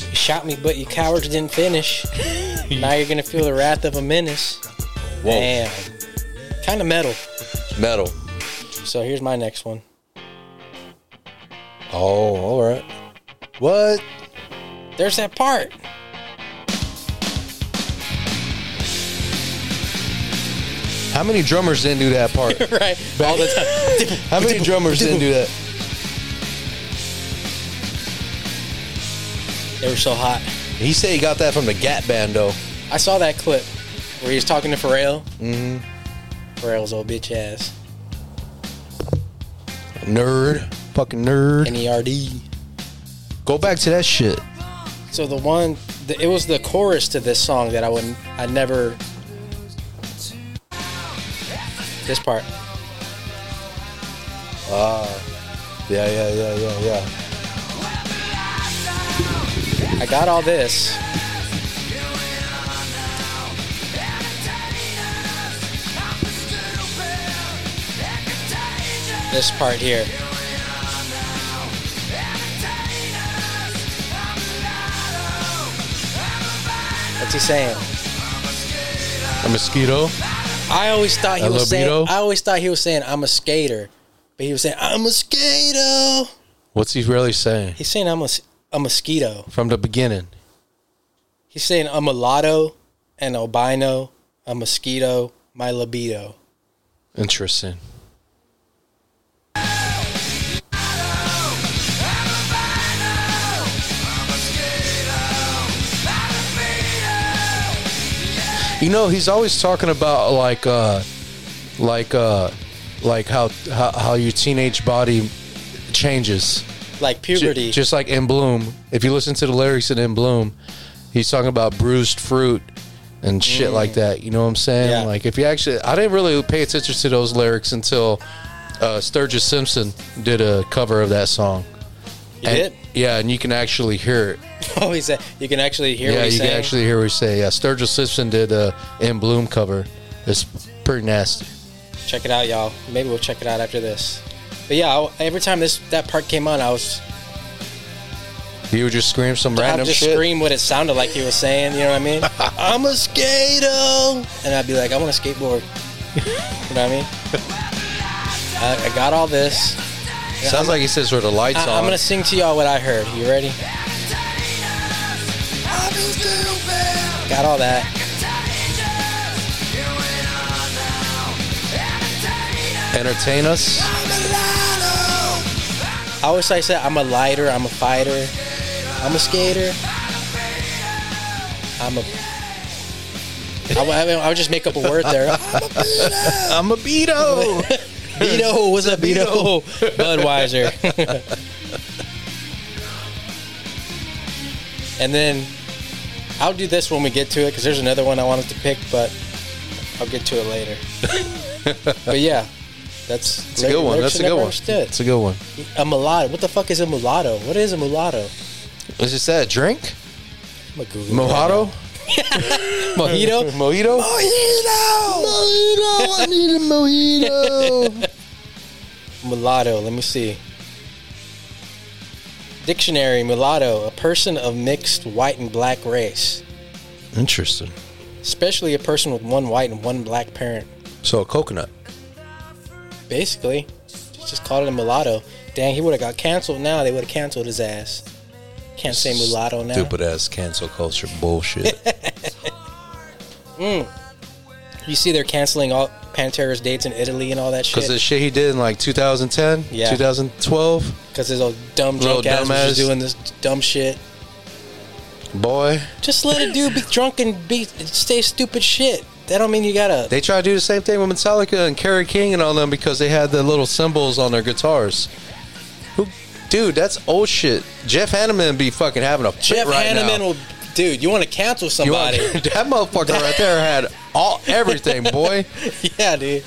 You shot me, but you cowards didn't finish. now you're gonna feel the wrath of a menace. Whoa, Damn. Kind of metal. metal. So here's my next one. Oh, all right. What? There's that part. How many drummers didn't do that part? Right. All the time. How many drummers didn't do that? they were so hot. He said he got that from the Gap Band, though. I saw that clip where he was talking to Pharrell. Mm-hmm. Pharrell's old bitch ass. Nerd, fucking nerd. E N-E-R-D. Go back to that shit. So the one, the, it was the chorus to this song that I would, I never. This part. Yeah, yeah, yeah, yeah, yeah. I got all this. This part here. What's he saying? A mosquito. I always thought he A was libido? saying. I always thought he was saying I'm a skater, but he was saying I'm a skater. What's he really saying? He's saying I'm a, s- a mosquito. From the beginning. He's saying a mulatto, an albino, a mosquito, my libido. Interesting. You know, he's always talking about like, uh, like, uh, like how, how how your teenage body changes, Like Ju- puberty. just like in Bloom. If you listen to the lyrics in In Bloom, he's talking about bruised fruit and shit like that. You know what I'm saying? Mm. Yeah. Like if you actually, I didn't really pay attention to those lyrics until uh, Sturgis Simpson did a cover of that song. you And- did? Yeah, and you can actually hear it. Oh, he said you can actually hear yeah, what you he's saying. can actually hear what he say. Yeah, Sturgis Simpson did a In Bloom cover. It's pretty nasty. check it out, y'all. Maybe we'll check it out after this. But yeah, I, every time this that part came on, I was You would just scream some I'd random just shit. scream what it sounded like he was saying. You know what I mean? I'm a skater, and I'd be like, I want a skateboard. you know what I mean? I, I got all this. Sounds like he says where the lights I, on. I'm gonna sing to y'all what I heard. You ready? Got all that. Entertain us. I always like said I'm a lighter, I'm a fighter, I'm a skater. I'm a. I, would- I mean, I would just make up a word there. I'm a Beto. Beto, what's up, Beto? Budweiser. and then I'll do this when we get to it because there's another one I wanted to pick, but I'll get to it later. but yeah, that's It's a good one. That's a good one. Understood. It's a good one. A mulatto. What the fuck is a mulatto? What is a mulatto? Is it that drink? I'm a Google. Mojado? Mojito? Mojito? Mojito! I need a mojito! Mulatto. Let me see. Dictionary mulatto, a person of mixed white and black race, Interesting. especially a person with one white and one black parent. So, a coconut. Basically, just called it a mulatto. Dang, he would have got canceled now. They would have canceled his ass. Can't say mulatto now. Stupid ass cancel culture bullshit. You see, they're canceling all Pantera's dates in Italy and all that Because the shit. shit he did in like 2010, Yeah. 2012, Because his old dumb Little drunk ass was just dumbass. doing this dumb shit. boy, Just let a dude be drunk and be say stupid shit. That don't mean you gotta. they try to do the same thing with Metallica and Kerry King and all them because they had the little symbols on their guitars. Who, dude, that's old shit. Jeff Hanneman be fucking having a fit Jeff right Hanneman now. will, dude. You want to cancel You want- somebody? that motherfucker right there had all everything, boy. yeah, dude.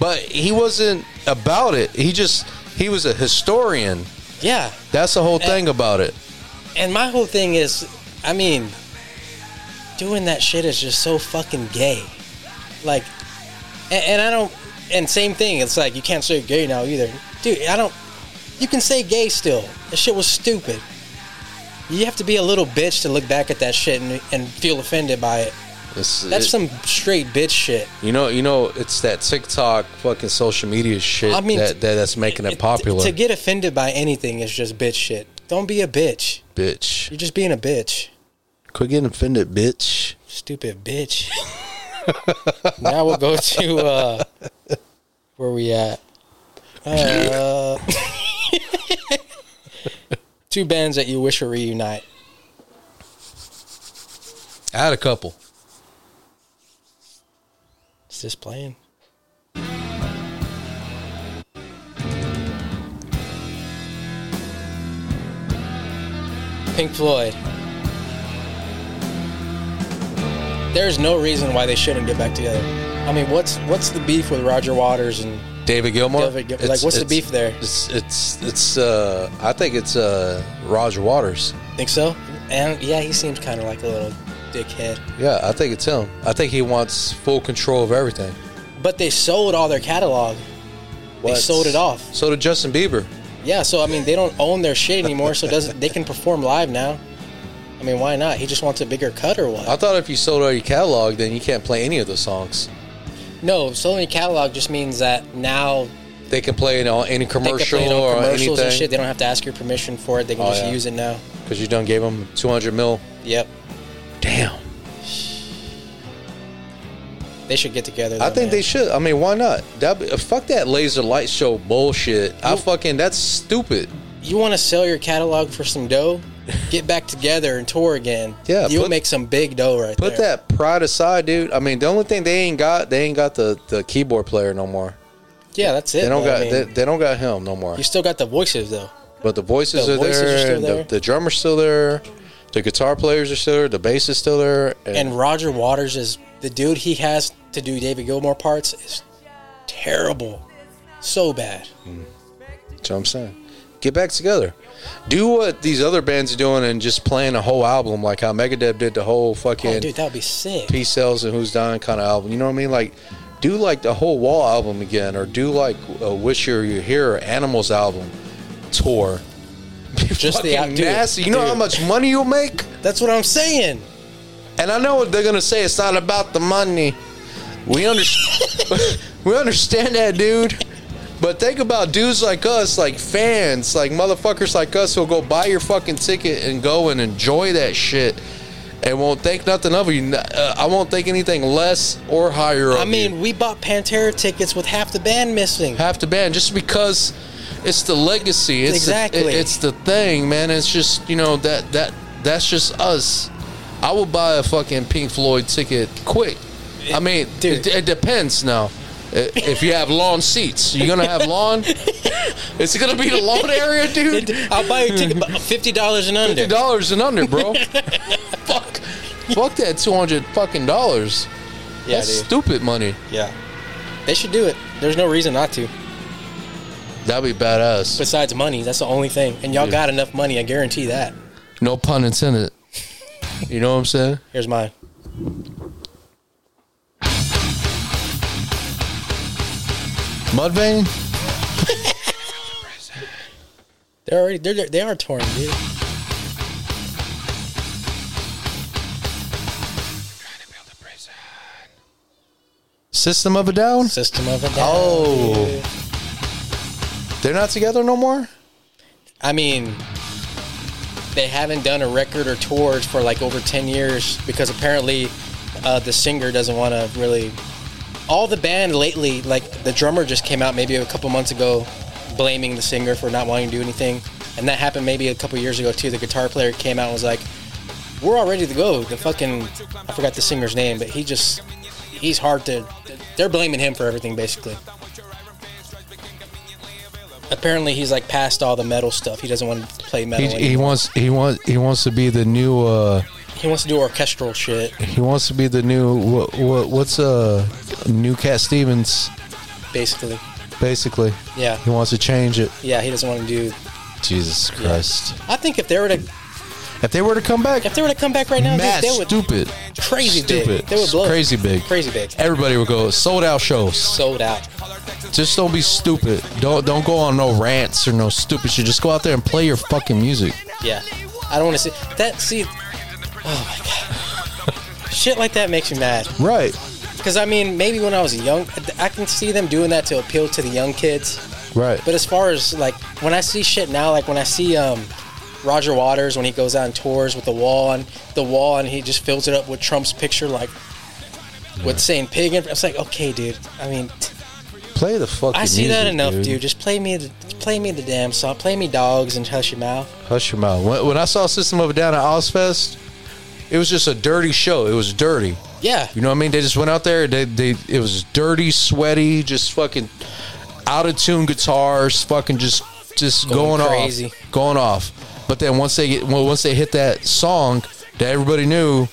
But he wasn't about it. He just he was a historian. Yeah, That's the whole thing about it. and my whole thing is, I mean, doing that shit is just so fucking gay. Like, and, and I don't. And same thing. It's like you can't say gay now either, dude. I don't. You can say gay still. That shit was stupid. You have to be a little bitch to look back at that shit and, and feel offended by it. It's, That's it- some straight bitch shit. you know you know it's that TikTok fucking social media shit I mean, that, that that's making it popular. To get offended by anything is just bitch shit. Don't be a bitch. bitch, You're just being a bitch. quit getting offended, bitch. Stupid bitch. now we'll go to uh where we at. Uh, two bands that you wish would reunite. I had a couple. Is this playing? Pink Floyd. There's no reason why they shouldn't get back together. I mean, what's what's the beef with Roger Waters and David Gilmour. David Gil- like, It's- what's the it's- beef there? It's it's it's uh I think it's uh Roger Waters. think so? And yeah, he seems kind of like a little dickhead. Yeah, I think it's him. I think he wants full control of everything. But they sold all their catalog. They What? sold it off. So did Justin Bieber. Yeah, so I mean, they don't own their shit anymore, so doesn't they can perform live now? I mean, why not? He just wants a bigger cut or what? I thought if you sold all your catalog, then you can't play any of the songs. No, selling a catalog just means that now They can play it on any they can commercial play it on or commercials and shit. anything They don't have to ask your permission for it. They can Oh, just yeah. use it now. because you done gave them 200 mil. Yep, Damn. they should get together. I though, think man. they should. I mean, why not? That be- fuck that laser light show bullshit. I You- fucking that's stupid. You want to sell your catalog for some dough? Get back together and tour again. Yeah, you'll put- make some big dough right Put there. that pride aside, dude. I mean, the only thing they ain't got, they ain't got the, the keyboard player no more. Yeah, that's it. They don't though. I got mean, they, they don't got him no more. you still got the voices though. But the voices, The are, voices are there, still and there. The, the drummer's still there, the guitar players are still there, the bass is still there, And Roger Waters is the dude he has to do David Gilmour parts is terrible. So bad. Oh, That's what I'm saying. Get back together. Do what these other bands are doing and just playing a whole album, like how Megadeth did the whole Oh, fucking dude, that would be sick. Peace Cells and Who's Dying kind of album. You know what I mean? Like, do like the whole Wall album again, or do like a Wish You Were Here or Animals album tour. Just the Fucking al- dude, nasty. You know how dude. much money you'll make? That's what I'm saying. And I know what they're gonna say. It's not about the money. We understand. we understand that, dude. But think about dudes like us, like fans, like motherfuckers like us who'll go buy your fucking ticket and go and enjoy that shit, and won't think nothing of you. Uh, I won't think anything less or higher. Of I mean, you. we bought Pantera tickets with half the band missing. half the band just because it's the legacy. It's Exactly. The, it- it's the thing, man. It's just you know that that that's just us. I will buy a fucking Pink Floyd ticket quick. I mean, Dude. it, it depends now. I- If you have lawn seats, you're gonna have lawn. It's gonna be the lawn area, dude. I'll buy your ticket bu- fifty dollars and under. Dollars and under, bro. Fuck. Fuck that two hundred fucking dollars. Yeah, That's dude. stupid money. Yeah. They should do it. There's no reason not to. That'd be badass. Besides money, that's the only thing. And y'all Yeah. got enough money, I guarantee that. No pun intended. You know what I'm saying? Here's mine. Mudvayne? They're already they're, they're they are touring, dude. System of a Down? System of a Down. Oh. They're not together no more? I mean, they haven't done a record or tour for like over 10 years because apparently uh, the singer doesn't want to really. All the band lately, like the drummer just came out maybe a couple months ago blaming the singer for not wanting to do anything. And that happened maybe a couple years ago too. The guitar player came out and was like, we're all ready to go. The fucking, I forgot the singer's name, but he just, he's hard to, they're blaming him for everything basically. Apparently he's like past all the metal stuff. He doesn't want to play metal. He, anymore. he wants he wants he wants to be the new uh He wants to do orchestral shit. he wants to be the new what, what what's uh new Cat Stevens Basically. basically. Yeah. He wants to change it. Yeah, he doesn't want to do. Jesus Christ. I think if they were to If they were to come back, if they were to come back right now, mad dude, they would stupid. crazy Stupid. big. They would blow. Crazy big. Crazy big. Everybody would go sold out shows. Sold out. Just don't be stupid. Don't don't go on no rants or no stupid shit. Just go out there and play your fucking music. Yeah. I don't want to see that. See. Oh my god. shit like that makes me mad. Right. Because I mean, maybe when I was young, I can see them doing that to appeal to the young kids. Right. But as far as like when I see shit now, like when I see um, Roger Waters when he goes out and tours with the wall and the wall, and he just fills it up with Trump's picture, like with saying pig. And it's like, okay, dude. I mean, t- Play the fucking. I see that music, enough, dude. Just play me, the, play me the damn song. Play me dogs and hush your mouth. Hush your mouth. When, when I saw System of a Down at Ozfest, it was just a dirty show. It was dirty. Yeah, You know what I mean? They just went out there. They, they it was dirty, sweaty, just fucking out of tune guitars, fucking just just Going going, crazy. off, going off. But then once they get well, once they hit that song that everybody knew,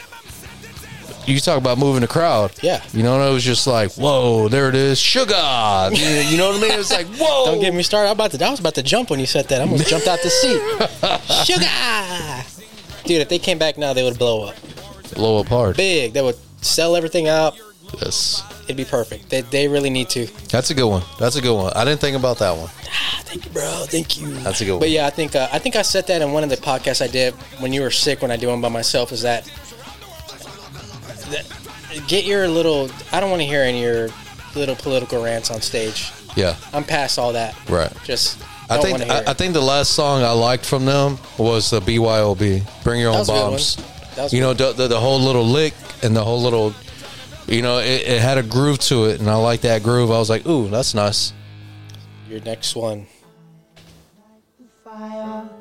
you talk about moving the crowd. Yeah. you know, and it was just like, whoa, there it is, sugar. You know what I mean? It was like, whoa. don't get me started. I'm about to. I was about to jump when you said that. I almost jumped out the seat. Sugar, dude. Dude, if they came back now, they would blow up Blow apart. big. They would sell everything out. Yes. It'd be perfect. They, they really need to. That's a good one. That's a good one. I didn't think about that one. Thank you, bro. Thank you. That's a good one. But yeah, I think uh, I think I said that in one of the podcasts I did when you were sick when I do them by myself. Is that, that get your little? I don't want to hear any of your little political rants on stage. Yeah. I'm past all that. Right. Just I don't think want to hear. I, I it. think the last song I liked from them was the BYOB. Bring your That own was a good bombs. one. That was You know the, the the whole little lick and the whole little, you know, it, it had a groove to it, and I like that groove. I was like, ooh, that's nice. your next one.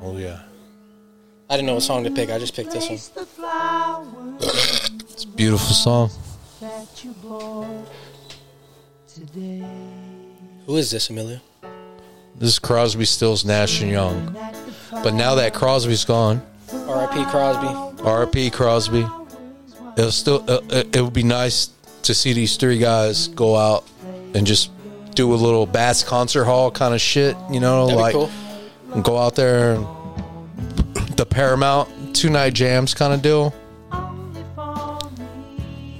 Oh yeah, I didn't know what song to pick. I just picked this one. it's a beautiful song. Who is this, Emilio? This is Crosby, Stills, Nash and Young. But now that Crosby's gone, R.I.P. Crosby. R.P. Crosby, it'll still uh, uh, it would be nice to see these three guys go out and just do a little Bass concert hall kind of shit. You know, That'd like be cool. and go out there and the Paramount two night jams kind of deal.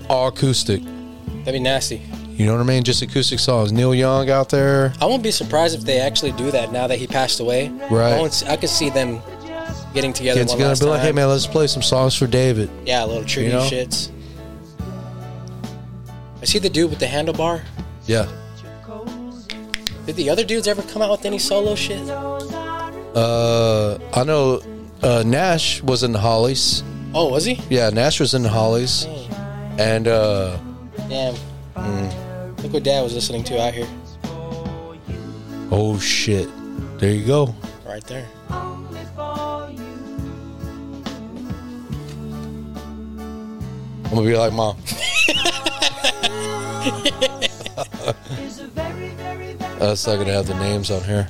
All acoustic. That'd be nasty. You know what I mean? Just acoustic songs. Neil Young out there. I won't be surprised if they actually do that now that he passed away. Right. I, won't, see- I could see them getting together. Kids one gonna be last like, time. hey man, let's play some songs for David. Yeah, a little tribute know? shits. I see the dude with the handlebar. Yeah. Did the other dudes ever come out with any solo shit? Uh, I know uh, Nash was in the Hollies. Oh, was he? Yeah, Nash was in the Hollies. And uh, Damn. Hmm. Look what dad was listening to out here. oh shit, there you go. Right there. I'm gonna be like mom. That's not gonna have the names on here.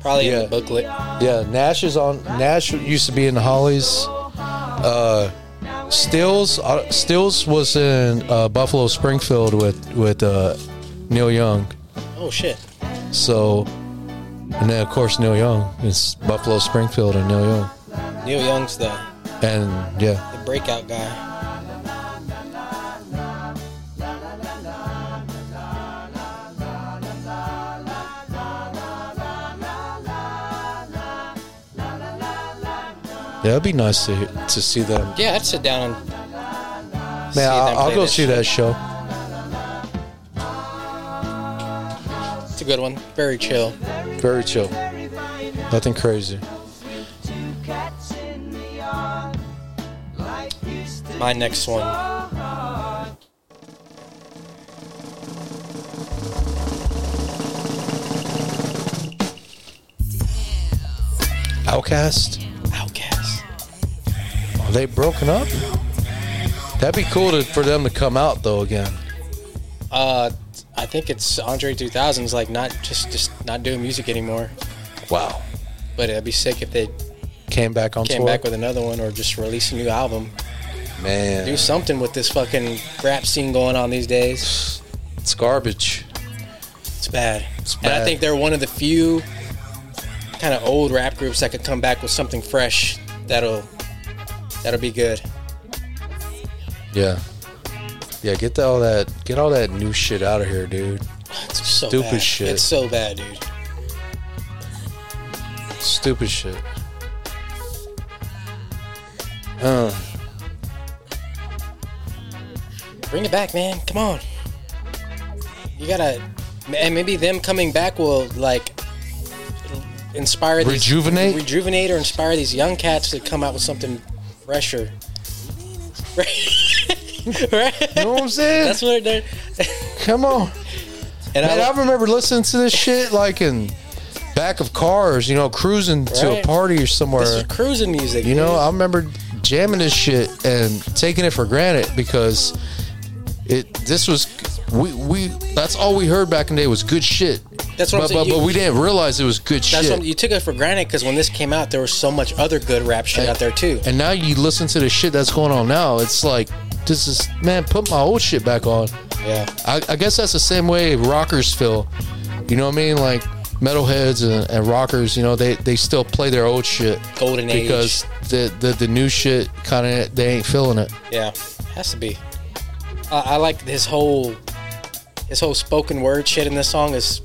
Probably in Yeah. the booklet. Yeah, Nash is on. Nash used to be in the Hollies. Uh, Stills uh, Stills was in uh, Buffalo Springfield with with uh, Neil Young. Oh shit. So, and then of course Neil Young. It's Buffalo Springfield and Neil Young. Neil Young's the, And yeah, the breakout guy. yeah, it'd be nice to to see them. Yeah, I'd sit down and see Man, them I'll, I'll play go this see shit. that show. It's a good one. Very chill. Very chill. Nothing crazy. My next one. Outcast. Outcast. Are they broken up? That'd be cool to, for them to come out though again. Uh, I think it's Andre 2000's like not just just not doing music anymore. Wow. But it'd be sick if they Came back on came tour. back with another one or just release a new album. Man, Do something with this fucking rap scene going on these days. it's garbage. It's bad. It's And bad. I think they're one of the few kind of old rap groups that could come back with something fresh that'll that'll be good. Yeah. Yeah, get the, all that get all that new shit out of here, dude. It's so Stupid bad. shit. It's so bad, dude. Stupid shit. Bring it back, man. Come on. You gotta, and maybe them coming back will like inspire these, Rejuvenate? rejuvenate, or inspire these young cats to come out with something fresher. Right? You know what I'm saying? That's what they're. Come on. And Man, I, I remember listening to this shit like in back of cars, you know, cruising to a Right. party or this somewhere. is cruising music. You dude. know, I remember jamming this shit and taking it for granted because it this was we we that's all we heard back in the day was good shit. That's what I'm but, saying. but, but You- we didn't realize it was good That's shit. what you took it for granted because when this came out, there was so much other good rap shit And- out there too. and now you listen to the shit that's going on now. It's like this is man, put my old shit back on. Yeah, I, I guess that's the same way rockers feel. You know what I mean? Like metalheads and, and rockers, you know, they, they still play their old shit Golden age. because the, the the new shit kind of they ain't feeling it. Yeah, has to be. I I like his whole his whole spoken word shit in this song is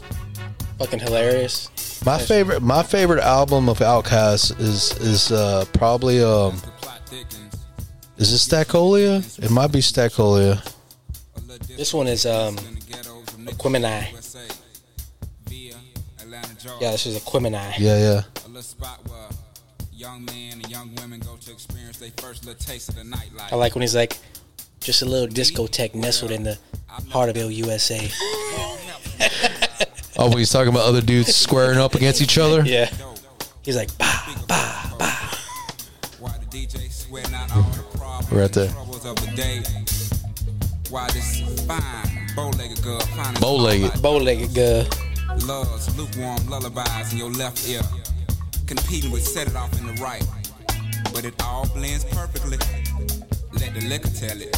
fucking hilarious. My favorite my favorite album of Outkast is is uh, probably um is it Stacolia? It might be Stacolia. This one is um Aquemini. Yeah, this is Aquemini. Yeah, yeah. A little spot where young men and young women go to experience their first little taste of the nightlife. I like when he's like just a little discotheque nestled in the heart of LUSA. Oh, when he's talking about other dudes squaring up against each other. Yeah. He's like bah bah bah. Why the DJ sweating out all the problems Right and there. troubles of the day. Why this fine bow-legged girl finds Bow-legged. Bow legged girl. loves lukewarm lullabies in your left ear, competing with set it off in the right. But it all blends perfectly. Let the liquor tell it.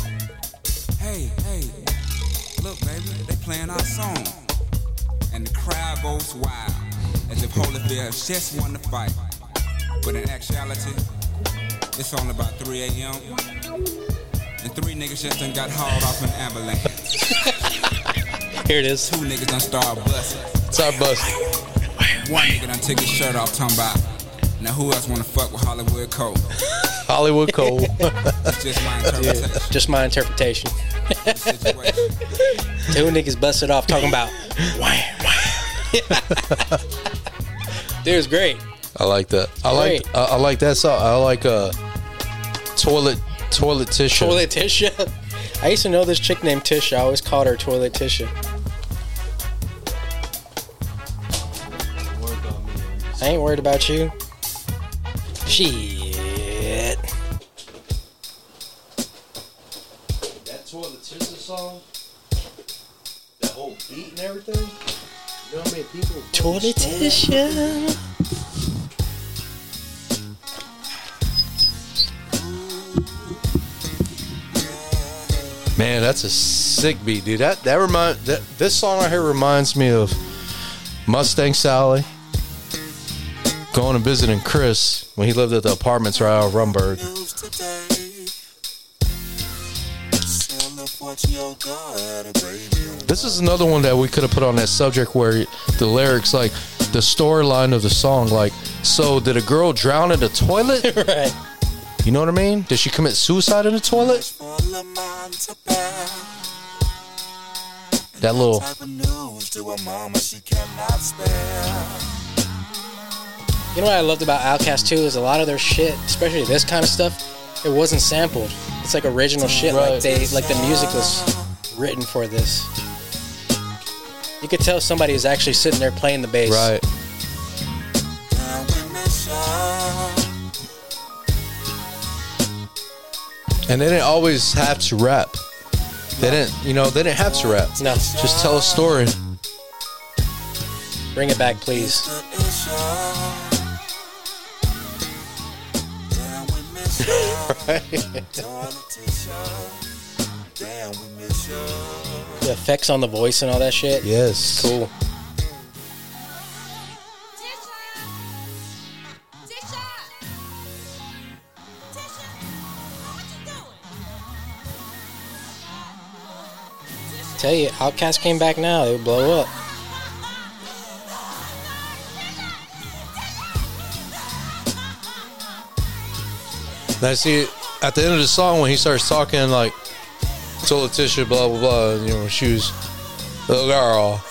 Hey, hey, look, baby, they playing our song. And the crowd goes wild, as if Holyfield has just won the fight. But in actuality, it's only about 3 a.m. And three niggas just done got hauled off an ambulance. Here it is. Two niggas done started busting. It's our bus. One nigga done took his shirt off, talking about. Now who else wanna fuck with Hollywood Cole? Hollywood Cole. It's just my interpretation. Just my interpretation. of the situation. Two niggas busted off talking about wham wham. Dude, it's great. I like that. I like Great. I, I like that song. I like uh toilet toilet tissue. Toilet Tisha. I used to know this chick named Tisha. I always called her Toilet Tisha. I ain't worried about you. Shit. That toilet tissue song. That whole beat and everything. You know how many people Toilet Tisha. Man, that's a sick beat, dude. That that remind that this song right here reminds me of Mustang Sally going and visiting Chris when he lived at the apartments right out of Rumberg. This is another one that we could have put on that subject where the lyrics, like the storyline of the song, like, so did a girl drown in the toilet? Right. You know what I mean? Did she commit suicide in the toilet? That little. You know what I loved about Outkast too is a lot of their shit, especially this kind of stuff, it wasn't sampled. It's like original shit. Right. Like they like the music was written for this. You could tell somebody was actually sitting there playing the bass. Right. And they didn't always have to rap. They didn't, you know, they didn't have to rap. No. Just tell a story. Bring it back, please. The effects on the voice and all that shit. Yes. Cool. Tell you, Outkast came back now, they would blow up. Now see, at the end of the song when he starts talking like told Letitia blah blah blah, and, you know, she was little girl.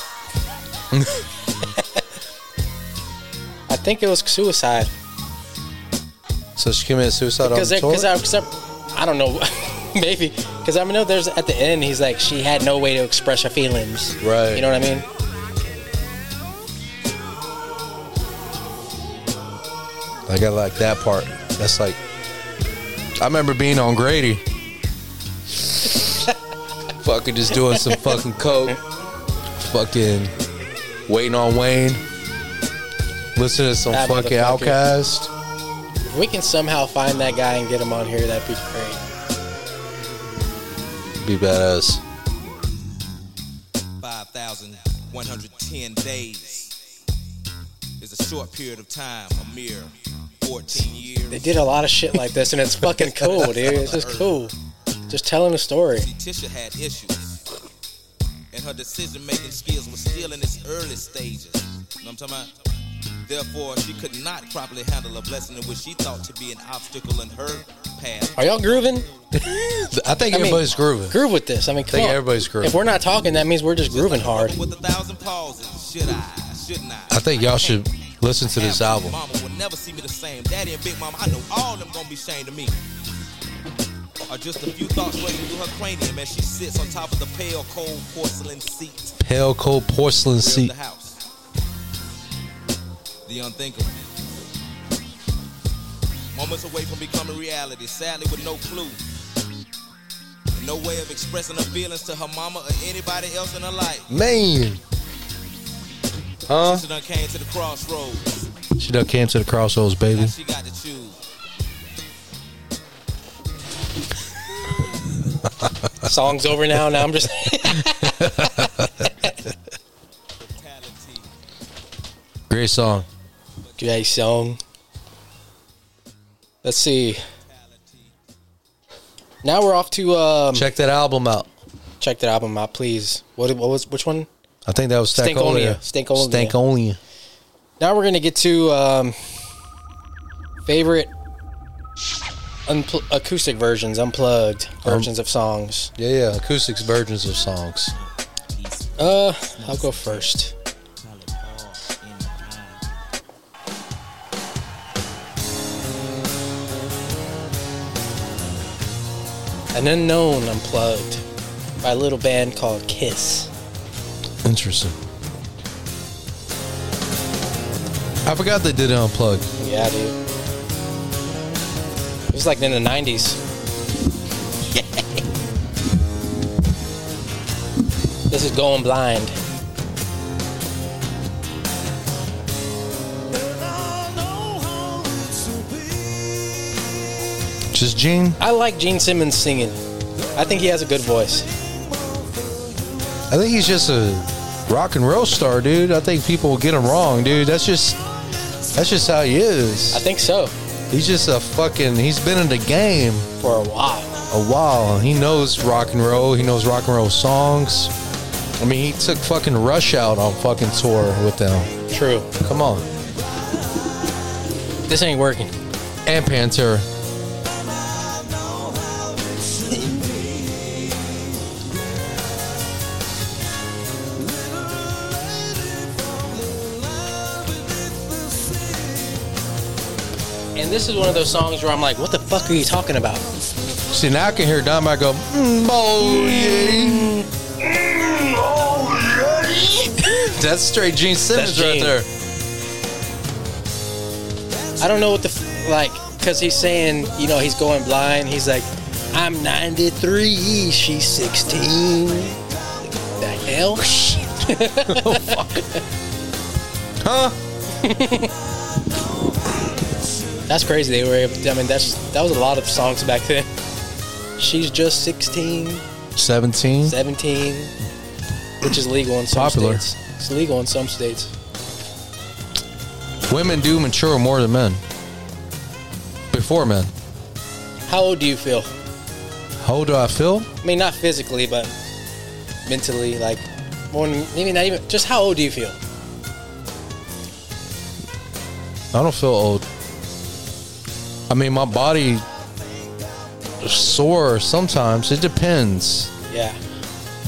I think it was suicide. So she committed suicide Because on the toilet. because I, 'cause I- I don't know, maybe because I know there's at the end he's like she had no way to express her feelings. Right. You know what I mean? like I like that part. That's like I remember being on Grady. fucking just doing some fucking coke. Fucking waiting on Wayne. Listening to some That fucking motherfucker. outcast. If we can somehow find that guy and get him on here, that'd be great. Be badass. 5,110 days. short period of time, a mere 14 years. They did a lot of shit like this, and it's fucking cool, dude. It's just cool. Just telling a story. See, Tisha had issues, and her decision-making skills were still in its early stages. You know what I'm talking about? Therefore, she could not properly handle a blessing in which she thought to be an obstacle in her path. Are y'all grooving? I think I mean, everybody's grooving. Groove with this. I mean, come think on. everybody's grooving. If we're not talking, that means we're just grooving hard. With a thousand pauses, should I? Shouldn't I? I think y'all should listen to this Half album. of Mama will never see me the same. Daddy and Big Mama, I know all them gonna be ashamed of me. Are just a few thoughts racing through her cranium as she sits on top of the pale, cold porcelain seat Pale cold porcelain of seat. the house. The unthinkable. Moments away from becoming reality, sadly with no clue. No way of expressing her feelings to her mama or anybody else in her life. Man. Huh? She done came to the crossroads. She done came to the crossroads, Now baby. she got to choose. Song's over now. Now I'm just. Fatality. Great song. Jay Song. Let's see. Now we're off to um, Check check. that album out. that album out, please. What, what was which one? I think that was Stankonia. Stankonia. Stankonia. Stankonia. Now we're gonna get to um, favorite unpl- acoustic versions, unplugged versions of songs. Yeah, yeah. Acoustics versions of songs. Uh, I'll go first. An unknown unplugged by a little band called Kiss. Interesting. I forgot they did it unplugged. Yeah, dude. It was like in the '90s. this is going blind. Just Gene. I like Gene Simmons singing. I think he has a good voice. I think he's just a rock and roll star, dude. I think people get him wrong, dude. That's just that's just how he I is. think so. He's just a fucking. He's been in the game For a while. a while. He knows rock and roll. He knows rock and roll songs. I mean, he took fucking Rush out on fucking tour with them. True. Come on, This ain't working. and Pantera. And this is one of those songs where I'm like, what the fuck are you talking about? See, now I can hear Don Mac go, mm, oh, yeah. That's straight Gene Simmons That's right Gene. there. I don't know what the, f- like, because he's saying, you know, he's going blind. He's like, I'm 93, she's 16. The hell? Huh? That's crazy. They were able to, I mean, that's, that was a lot of songs back then. She's just 16, 17. 17, which is legal in some Popular. states. It's legal in some states. Women do mature more than men. Before men. How old do you feel? How old do I feel? I mean, not physically, but mentally, like, more than, maybe not even, just how old do you feel? I don't feel old. I mean, my body sore sometimes. It depends. Yeah.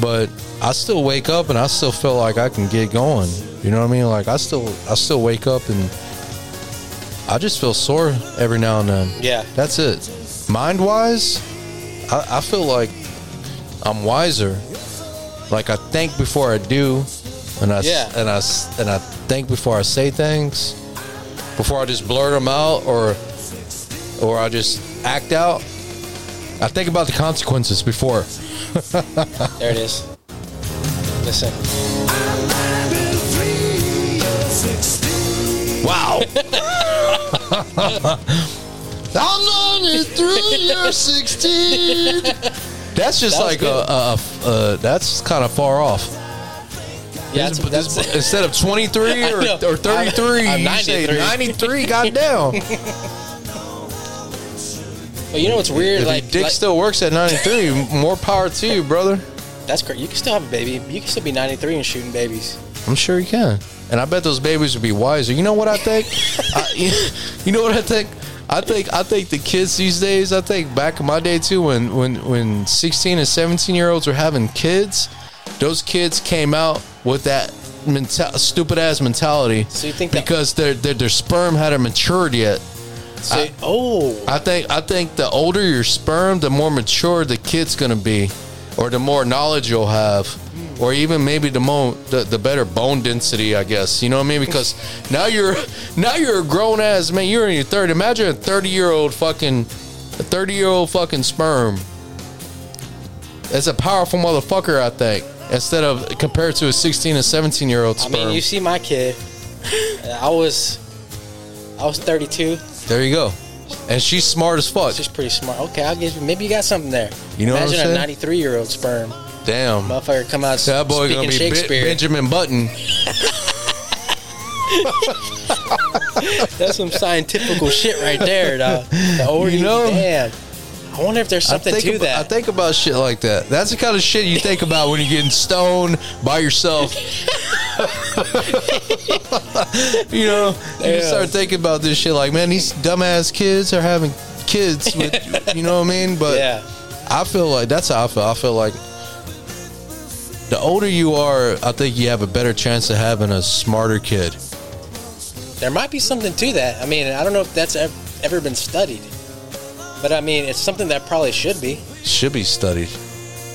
But I still wake up and I still feel like I can get going. You know what I mean? Like I still I still wake up and I just feel sore every now and then. Yeah. That's it. Mind wise, I, I feel like I'm wiser. Like I think before I do, and I s- Yeah. and I s- and I think before I say things, before I just blurt them out or or I just act out. I think about the consequences before. There it is. Listen. Wow. I'm 93, you're 16. That's just That was like a, a, a, a, that's kind of far off. Yeah, that's, This- that's, instead of 23 I or, know. or 33, I'm- I'm you say 93. 93, goddamn. if but you know what's weird? your like, dick like- still works at 93, more power to you, brother. that's crazy. You can still have a baby. You can still be 93 and shooting babies. I'm sure you can. And I bet those babies would be wiser. You know what I think? I, you know what I think? I think I think the kids these days. I think back in my day too, when when when 16 and 17 year olds were having kids, those kids came out with that mental stupid ass mentality. So you think that- because their, their their sperm hadn't matured yet. So, oh, I think I think the older your sperm, the more mature the kid's gonna be, or the more knowledge you'll have, or even maybe the more the, the better bone density, I guess. You know what I mean? Because now you're now you're a grown ass man. You're in your third. Imagine a thirty year old fucking a thirty year old fucking sperm. That's a powerful motherfucker, I think. Instead of compared to a sixteen and seventeen year old I sperm. mean, you see my kid. Uh, I was, I was 32. there you go. And she's smart as fuck. She's pretty smart. Okay, I'll give you. Maybe you got something there. You know what I'm Imagine saying? a 93 year old sperm Damn. motherfucker come out That boy speaking gonna be Be- Shakespeare. Benjamin Button. That's some scientific shit right there, dog. The older You you know- man. I wonder if there's something I think to ab- that. I think about shit like that. That's the kind of shit you think about when you're getting stoned by yourself. you know, you Yeah. just start thinking about this shit like, man, these dumbass kids are having kids with, you know what I mean? But yeah. I feel like that's how I feel. I feel like the older you are, I think you have a better chance of having a smarter kid. There might be something to that. I mean, I don't know if that's ever, ever been studied. But I mean, it's something that probably should be. should be studied.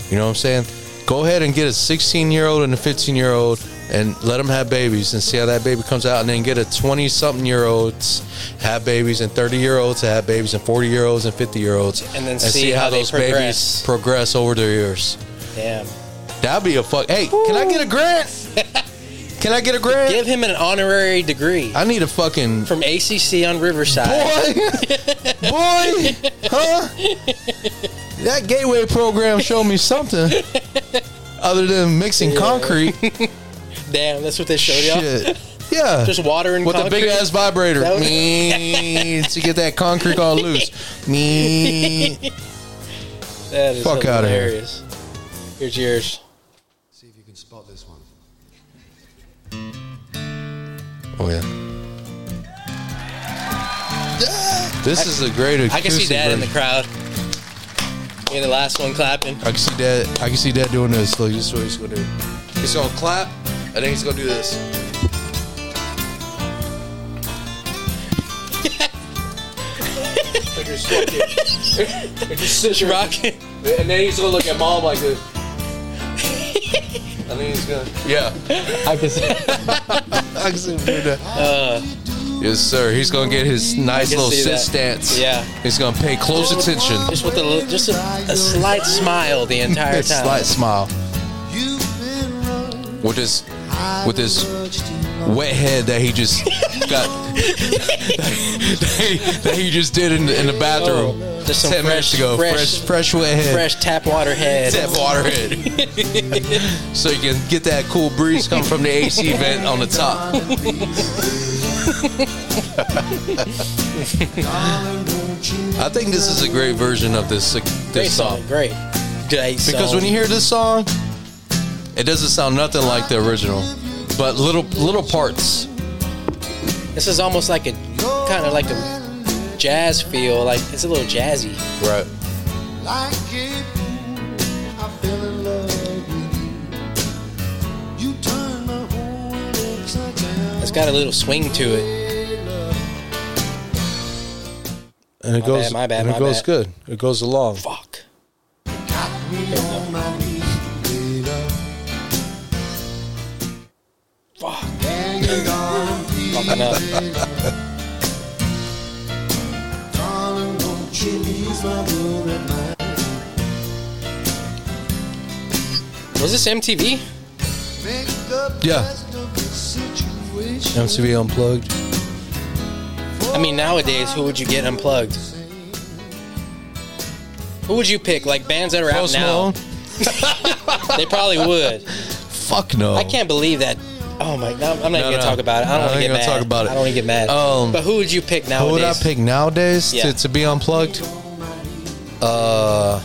You know what I'm saying? Go ahead and get a 16 year old and a 15 year old and let them have babies and see how that baby comes out. And then get a 20 something year olds have babies and 30 year olds to have babies and 40 year olds and 50 year olds And then see how they progress. babies progress over their years. Damn. That'd be a fuck. Hey, can I get a grant? can I get a grant? Give him an honorary degree I need a fucking from ACC on Riverside. boy, boy, huh? That gateway program showed me something other than mixing concrete. Damn, that's what they showed y'all. Shit. Yeah. Just water and with a concrete. big ass vibrator. That was- Me to get that concrete all loose. Me. That is Fuck outta here. hilarious. Here's yours. See if you can spot this one. Oh yeah. This is a great acoustic I can see that in the version. crowd. Being the last one clapping. I can see that. I can see that doing this. Look, this is what he's gonna do. He's gonna clap, and then he's gonna do this. Like you're sweating. You're just Just sitting there. rocking. And then he's gonna look at mom like this. And then he's gonna. Yeah. I can see. I can see him do that. yes, sir. He's gonna get his nice can little see sit that. stance. Yeah. He's gonna pay close attention. Just with a li- just a, a slight smile the entire That time. slight smile. With this, with this wet head that he just got, that, he, that he just did in, the- in the bathroom Oh, just some ten minutes fresh- ago. Fresh, fresh- fresh, wet head. Fresh tap water head. Tap water head. so you can get that cool breeze coming from the AC vent on the top. I think this is a great version of this uh, this Great song. song. Great. Great Because song. when you hear this song, it doesn't sound nothing like the original, but little little parts. this is almost like a kind of like a jazz feel. Like it's a little jazzy. Right. Like it, I fell in love with you. You turned my whole upside down. It's got a little swing to it. And it My goes. bad, my bad, and it my goes bad. good. It goes along. Fuck. Got me on my knees, later. Fuck. Hanging on, Fucking up. darling, don't you lose my blood at night. Was this MTV? Make up Yeah. best of the situation. MCV unplugged. I mean, nowadays, who would you get unplugged? Who would you pick? Like bands that are out Post Malone. now, they probably would. fuck no. I can't believe that. Oh my! no, I'm not Um, No, even gonna no. talk about it. No, I I don't want to ain't get gonna mad. talk about it. I don't want to get mad. Um, but who would you pick Who would I nowadays? pick nowadays Yeah. to, to be unplugged? Uh,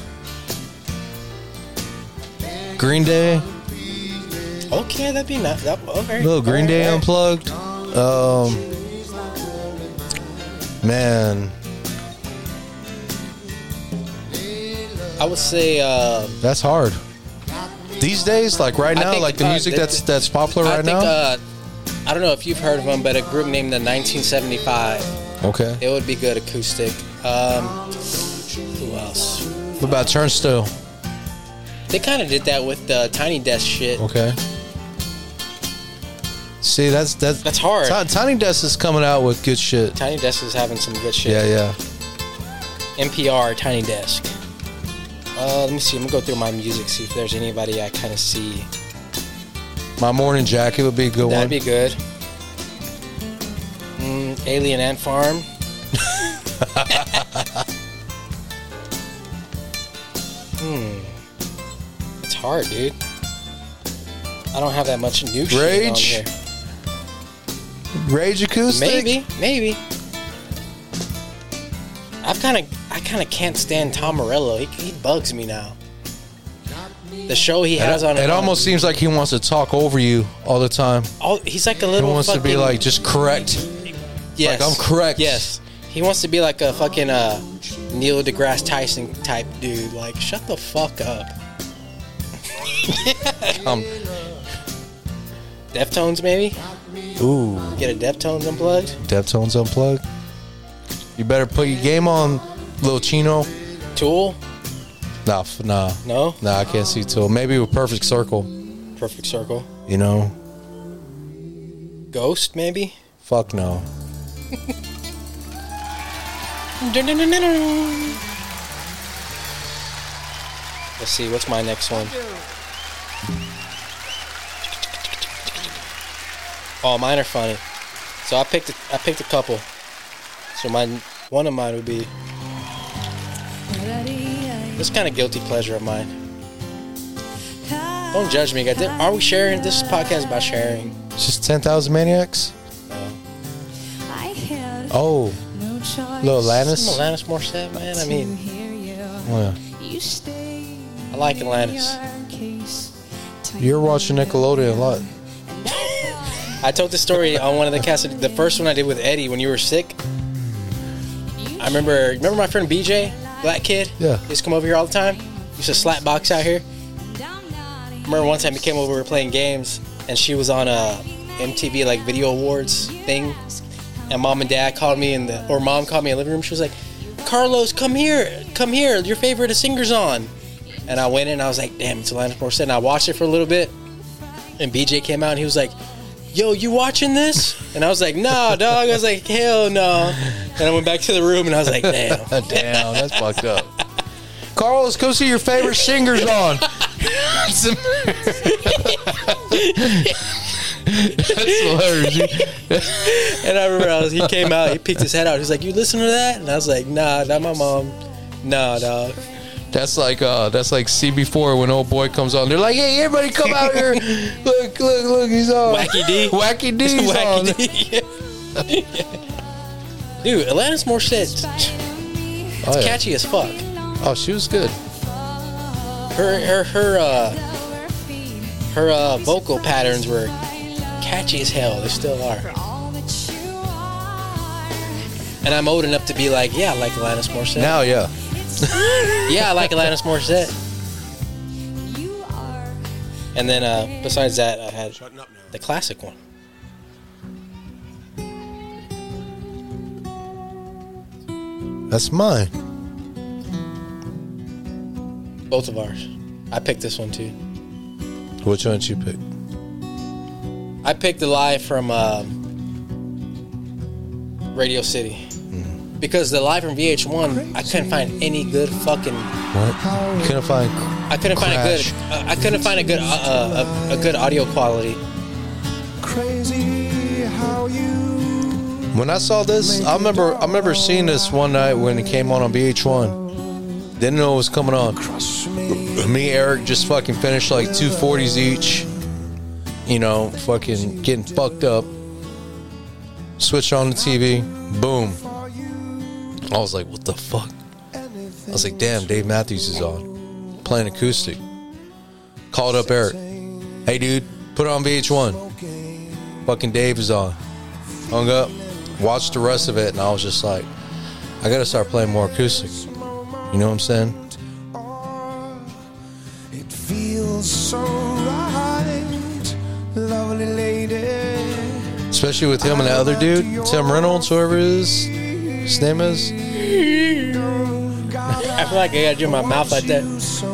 Green Day, Okay, that'd be not. That, okay. little Green Alright, Day alright. unplugged. Um, man, I would say. Uh, that's hard. These days, like right I now, think, like the uh, music th- that's that's popular I right think. now. Uh, I don't know if you've heard of them, but a group named the 1975. okay. It would be good acoustic. Um, who else? What about Turnstile? They kind of did that with the Tiny Desk shit. Okay. See, that's that's That's hard. Ti- Tiny Desk is coming out with good shit. Tiny Desk is having some good shit. Yeah, yeah. NPR, Tiny Desk. Uh, let me see. I'm gonna go through my music, see if there's anybody I kind of see. My morning jacket would be a good That'd one. be good. Mm, Alien Ant Farm. hmm. It's hard, dude. I don't have that much new shit on Rage? here. Rage acoustic. Maybe, maybe. I've kind of, I kind of can't stand Tom Morello. He, he bugs me now. The show he has It, on uh, it almost seems like he wants to talk over you all the time. all, he's like a He little. wants to be fucking- like just correct. Yes. Like, I'm correct. Yes. He wants to be like a fucking uh, Neil deGrasse Tyson type dude. Like, shut the fuck up. Um, Deftones, maybe? ooh, Get a Deftones unplugged? Deftones unplugged. You better put your game on, Lil Chino. Tool? Nah, f- nah, No? nah. I can't see till maybe with Perfect Circle. Perfect Circle. You know, Ghost, maybe? fuck no. Let's see, what's my next one? Oh, mine are funny. So I picked a, I picked a couple. So my one of mine would be this kind of guilty pleasure of mine. Don't judge me, guys. Are we sharing? This podcast is about sharing. It's just ten thousand maniacs. Oh, Lil Some Lannis. Alanis Morissette, man. I mean, Oh, Yeah. I like Alanis. You're watching Nickelodeon a lot. I told the story on one of the casts. The first one I did with Eddie when you were sick. I remember. Remember my friend BJ, black kid. Yeah. He used to come over here all the time. He used to slap box out here. Remember one time he came over, we were playing games, and she was on a MTV like video awards thing, and mom and dad called me in the or mom called me in the living room. She was like, "Carlos, come here, come here. Your favorite singer's on." And I went in, I was like, "Damn, it's Alanis Morissette." And I watched it for a little bit, and BJ came out and he was like, "Yo, you watching this?" And I was like, "No, dog." I was like, "Hell no." And I went back to the room and I was like, "Damn." Damn, that's fucked up. Carlos, go see your favorite singers on. that's hilarious. You- And I remember I was, he came out, he peeked his head out. He's like, "You listen to that?" And I was like, "Nah, not my mom. Nah, dog." That's like uh, that's like CB4 when old boy comes on. They're like, hey, everybody come out here. Look, look, look, he's on. Wacky D. Wacky D's on. Wacky D. Dude, Alanis Morissette, Oh, yeah. catchy as fuck. oh, she was good. Her her her uh her uh vocal patterns were catchy as hell. They still are. And I'm old enough to be like, yeah, I like Alanis Morissette. Now, yeah. yeah, I like Alanis Morissette. And then uh, besides that, I had the classic one. That's mine. Both of ours. I picked this one too. Which one did you pick? I picked the live from um, Radio City because the live from VH1, I couldn't find any good fucking. What? You couldn't find. I couldn't find a good. Uh, I couldn't find a good uh, uh, a, a good audio quality. Crazy how you When I saw this, I remember I remember seeing this one night when it came on on VH1. Didn't know it was coming on. crush me. Me, and Eric, just fucking finished like two forties each, you know, fucking getting fucked up. Switch on the TV, boom. I was like, what the fuck? I was like, damn, Dave Matthews is on, playing acoustic. Called up Eric. Hey, dude, put on VH1. Fucking Dave is on. Hung up, watched the rest of it, and I was just like, I gotta start playing more acoustic. You know what I'm saying? It feels so right, lovely lady. Especially with him and the other dude, Tim Reynolds, whoever his, his name is. I feel like I gotta do my mouth like that. So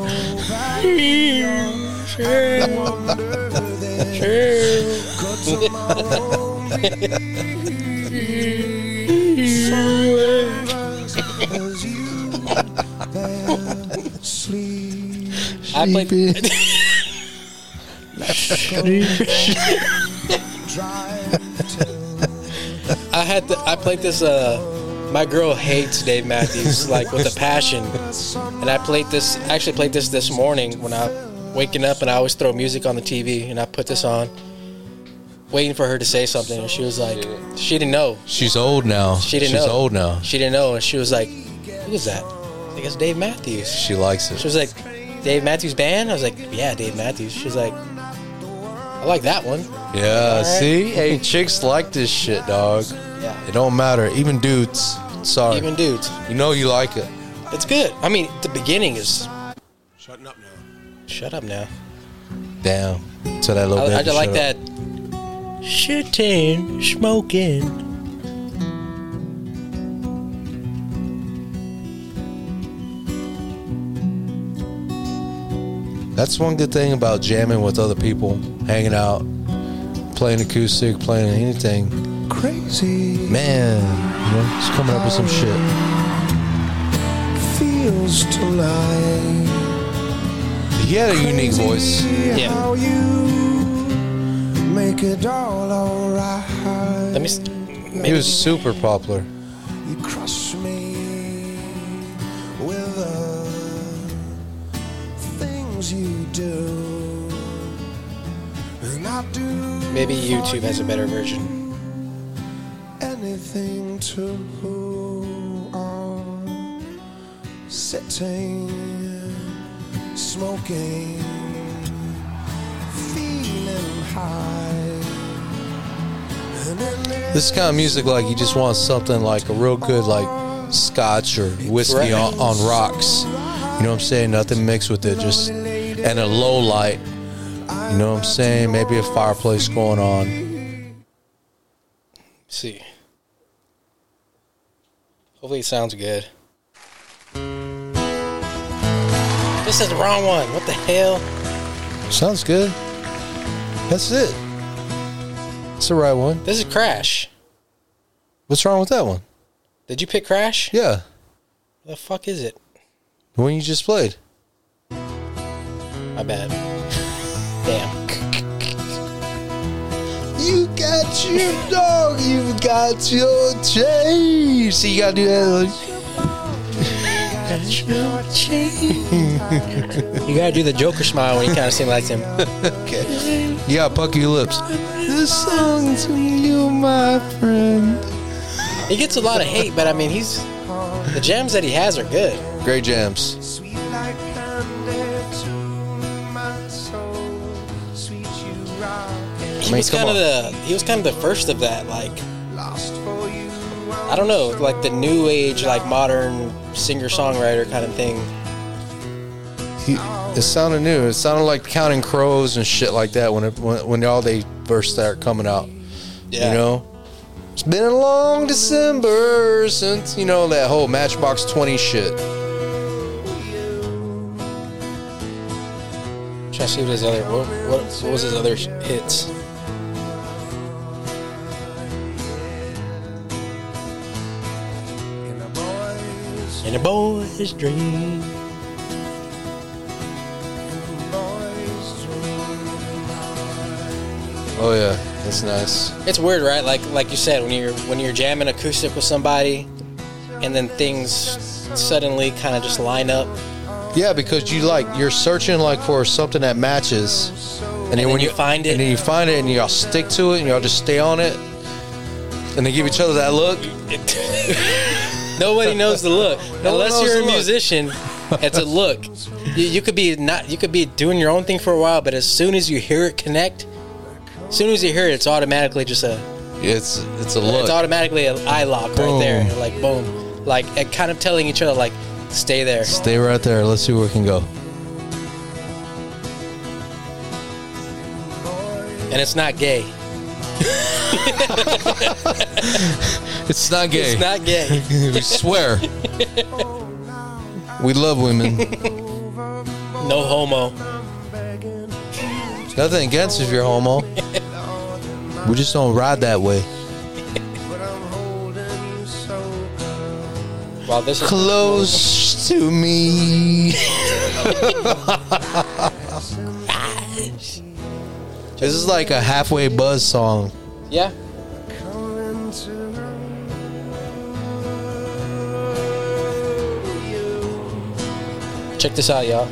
as you there sleep. I played. I had to, I played this. Uh, my girl hates Dave Matthews like with a passion, and I played this. I actually played this this morning when I waking up, and I always throw music on the TV, and I put this on, waiting for her to say something, and she was like, she didn't know. She's old now. She didn't She's know. old now. She didn't know, and she was like, who is that? I think it's Dave Matthews. She likes She it. was like, Dave Matthews Band? I was like, yeah, Dave Matthews. She's like, I like that one. Yeah, see? Hey, chicks like this shit, dog. Yeah. It don't matter. Even dudes. Sorry. Even dudes. you know you like it. It's good. I mean, the beginning is. Shutting up now. Shut up now. Damn. To that little I, I baby, just like shut up. that. Shitting, smoking. That's one good thing about jamming with other people, hanging out, playing acoustic, playing anything. Crazy Man, you know, it's coming up with some shit. feels tonight. He had a unique voice. Yeah. How you make it all alright. Let me. s- He was super popular. You crush me with the things you do. And I do Maybe YouTube has a better version. anything to oh, sitting, smoking, feeling high. And in the This kind of music, like you just want something like a real good, like scotch or whiskey Right. on, on rocks. You know what I'm saying? Nothing mixed with it, just and a low light. You know what I'm saying? Maybe a fireplace going on. Let's see. Hopefully it sounds good. This is the wrong one. What the hell? Sounds good. That's it. That's the right one. This is Crash. What's wrong with that one? Did you pick Crash? Yeah, The fuck is it? the one you just played. My bad. Damn. You got your dog. You got your change. See, you gotta do that. You gotta do the Joker smile when you kind of seem like him. You gotta pucker your lips. This song's for you, my friend. He gets a lot of hate, but I mean, he's the jams that he has are good. Great jams. Sweet like candy to my soul. Sweet you rock and He mean, was come kind of on. the he was kind of the first of that. Like lost for you. I don't know, like the new age, like modern singer songwriter kind of thing. He, it sounded new. It sounded like Counting Crows and shit like that when it, when, when all they first start coming out. You know, it's been a long December since you know that whole Matchbox Twenty shit. Trying to see what his other what, what, what was his other sh- hits. In a boy's, And a boy's dream. boy's Oh yeah, that's nice. It's weird, right? Like like you said, when you're when you're jamming acoustic with somebody, and then things suddenly kind of just line up. Yeah, because you like you're searching like for something that matches, And, then then when you find it. and then you find it, and y'all stick to it, and y'all just stay on it, and they give each other that look. Nobody knows the look No one unless knows you're the a look. musician. It's a look. You, you could be not. You could be doing your own thing for a while, but as soon as you hear it connect, as soon as you hear it, it's automatically just a. It's it's a look. It's automatically an eye lock right Boom. there. Like boom. Like and kind of telling each other like, stay there. Stay right there. Let's see where we can go. And it's not gay. It's not gay. It's not gay. we swear. we love women. No homo. Nothing against if you're homo. We just don't ride that way. Wow, this is Close to me. this is like a halfway buzz song. yeah. Check this out, y'all.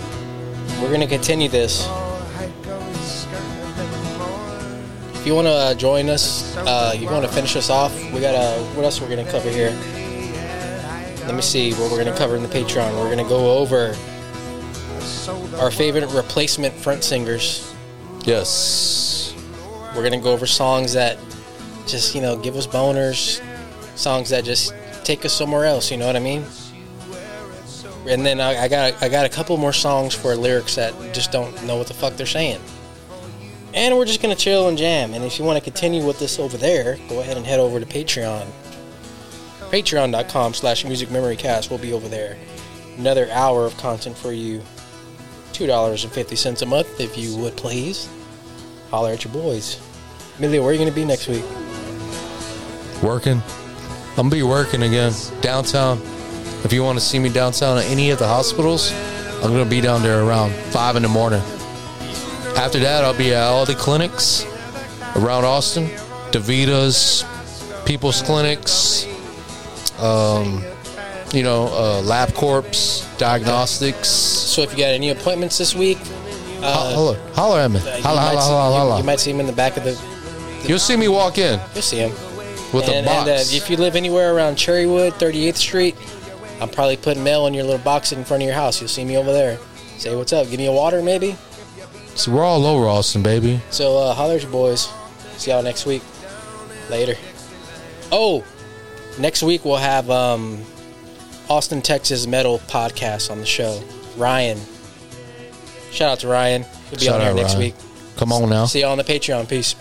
We're gonna continue this. If you wanna uh, join us, uh, you wanna finish us off. We got uh, what else we're gonna cover here? Let me see what we're gonna cover in the Patreon. We're gonna go over our favorite replacement front singers. Yes. We're gonna go over songs that just you know give us boners, songs that just take us somewhere else. You know what I mean? And then I, I got I got a couple more songs for lyrics that just don't know what the fuck they're saying. And we're just gonna chill and jam. And if you want to continue with this over there, go ahead and head over to Patreon. Patreon.com slash music memory cast will be over there. Another hour of content for you. $2.50 a month if you would please holler at your boys. Millie, where are you going to be next week? Working. I'm gonna be working again downtown. If you want to see me downtown at any of the hospitals, I'm gonna be down there around five in the morning. After that, I'll be at all the clinics around Austin, Davita's, People's Clinics, um, you know, uh, Lab Corps, Diagnostics. So if you got any appointments this week, Ho- holler, holler at me. Holler, uh, you, might holler, holler, see, you- holler. you You, might see him in the back of the. will see me walk in You'll see him. with and, a box. And, uh, if you live anywhere around Cherrywood, 38th Street, I'm probably putting mail in your little box in front of your house. You'll see me over there. Say what's up. Give me a water, maybe. so we're all over Austin, baby. So uh, holler at your boys. See y'all next week. Later. Oh, next week we'll have um, Austin, Texas metal podcast on the show. Ryan. Shout out to Ryan. He'll be Shout on here out, next Ryan. week. Come on now. See y'all on the Patreon. Peace.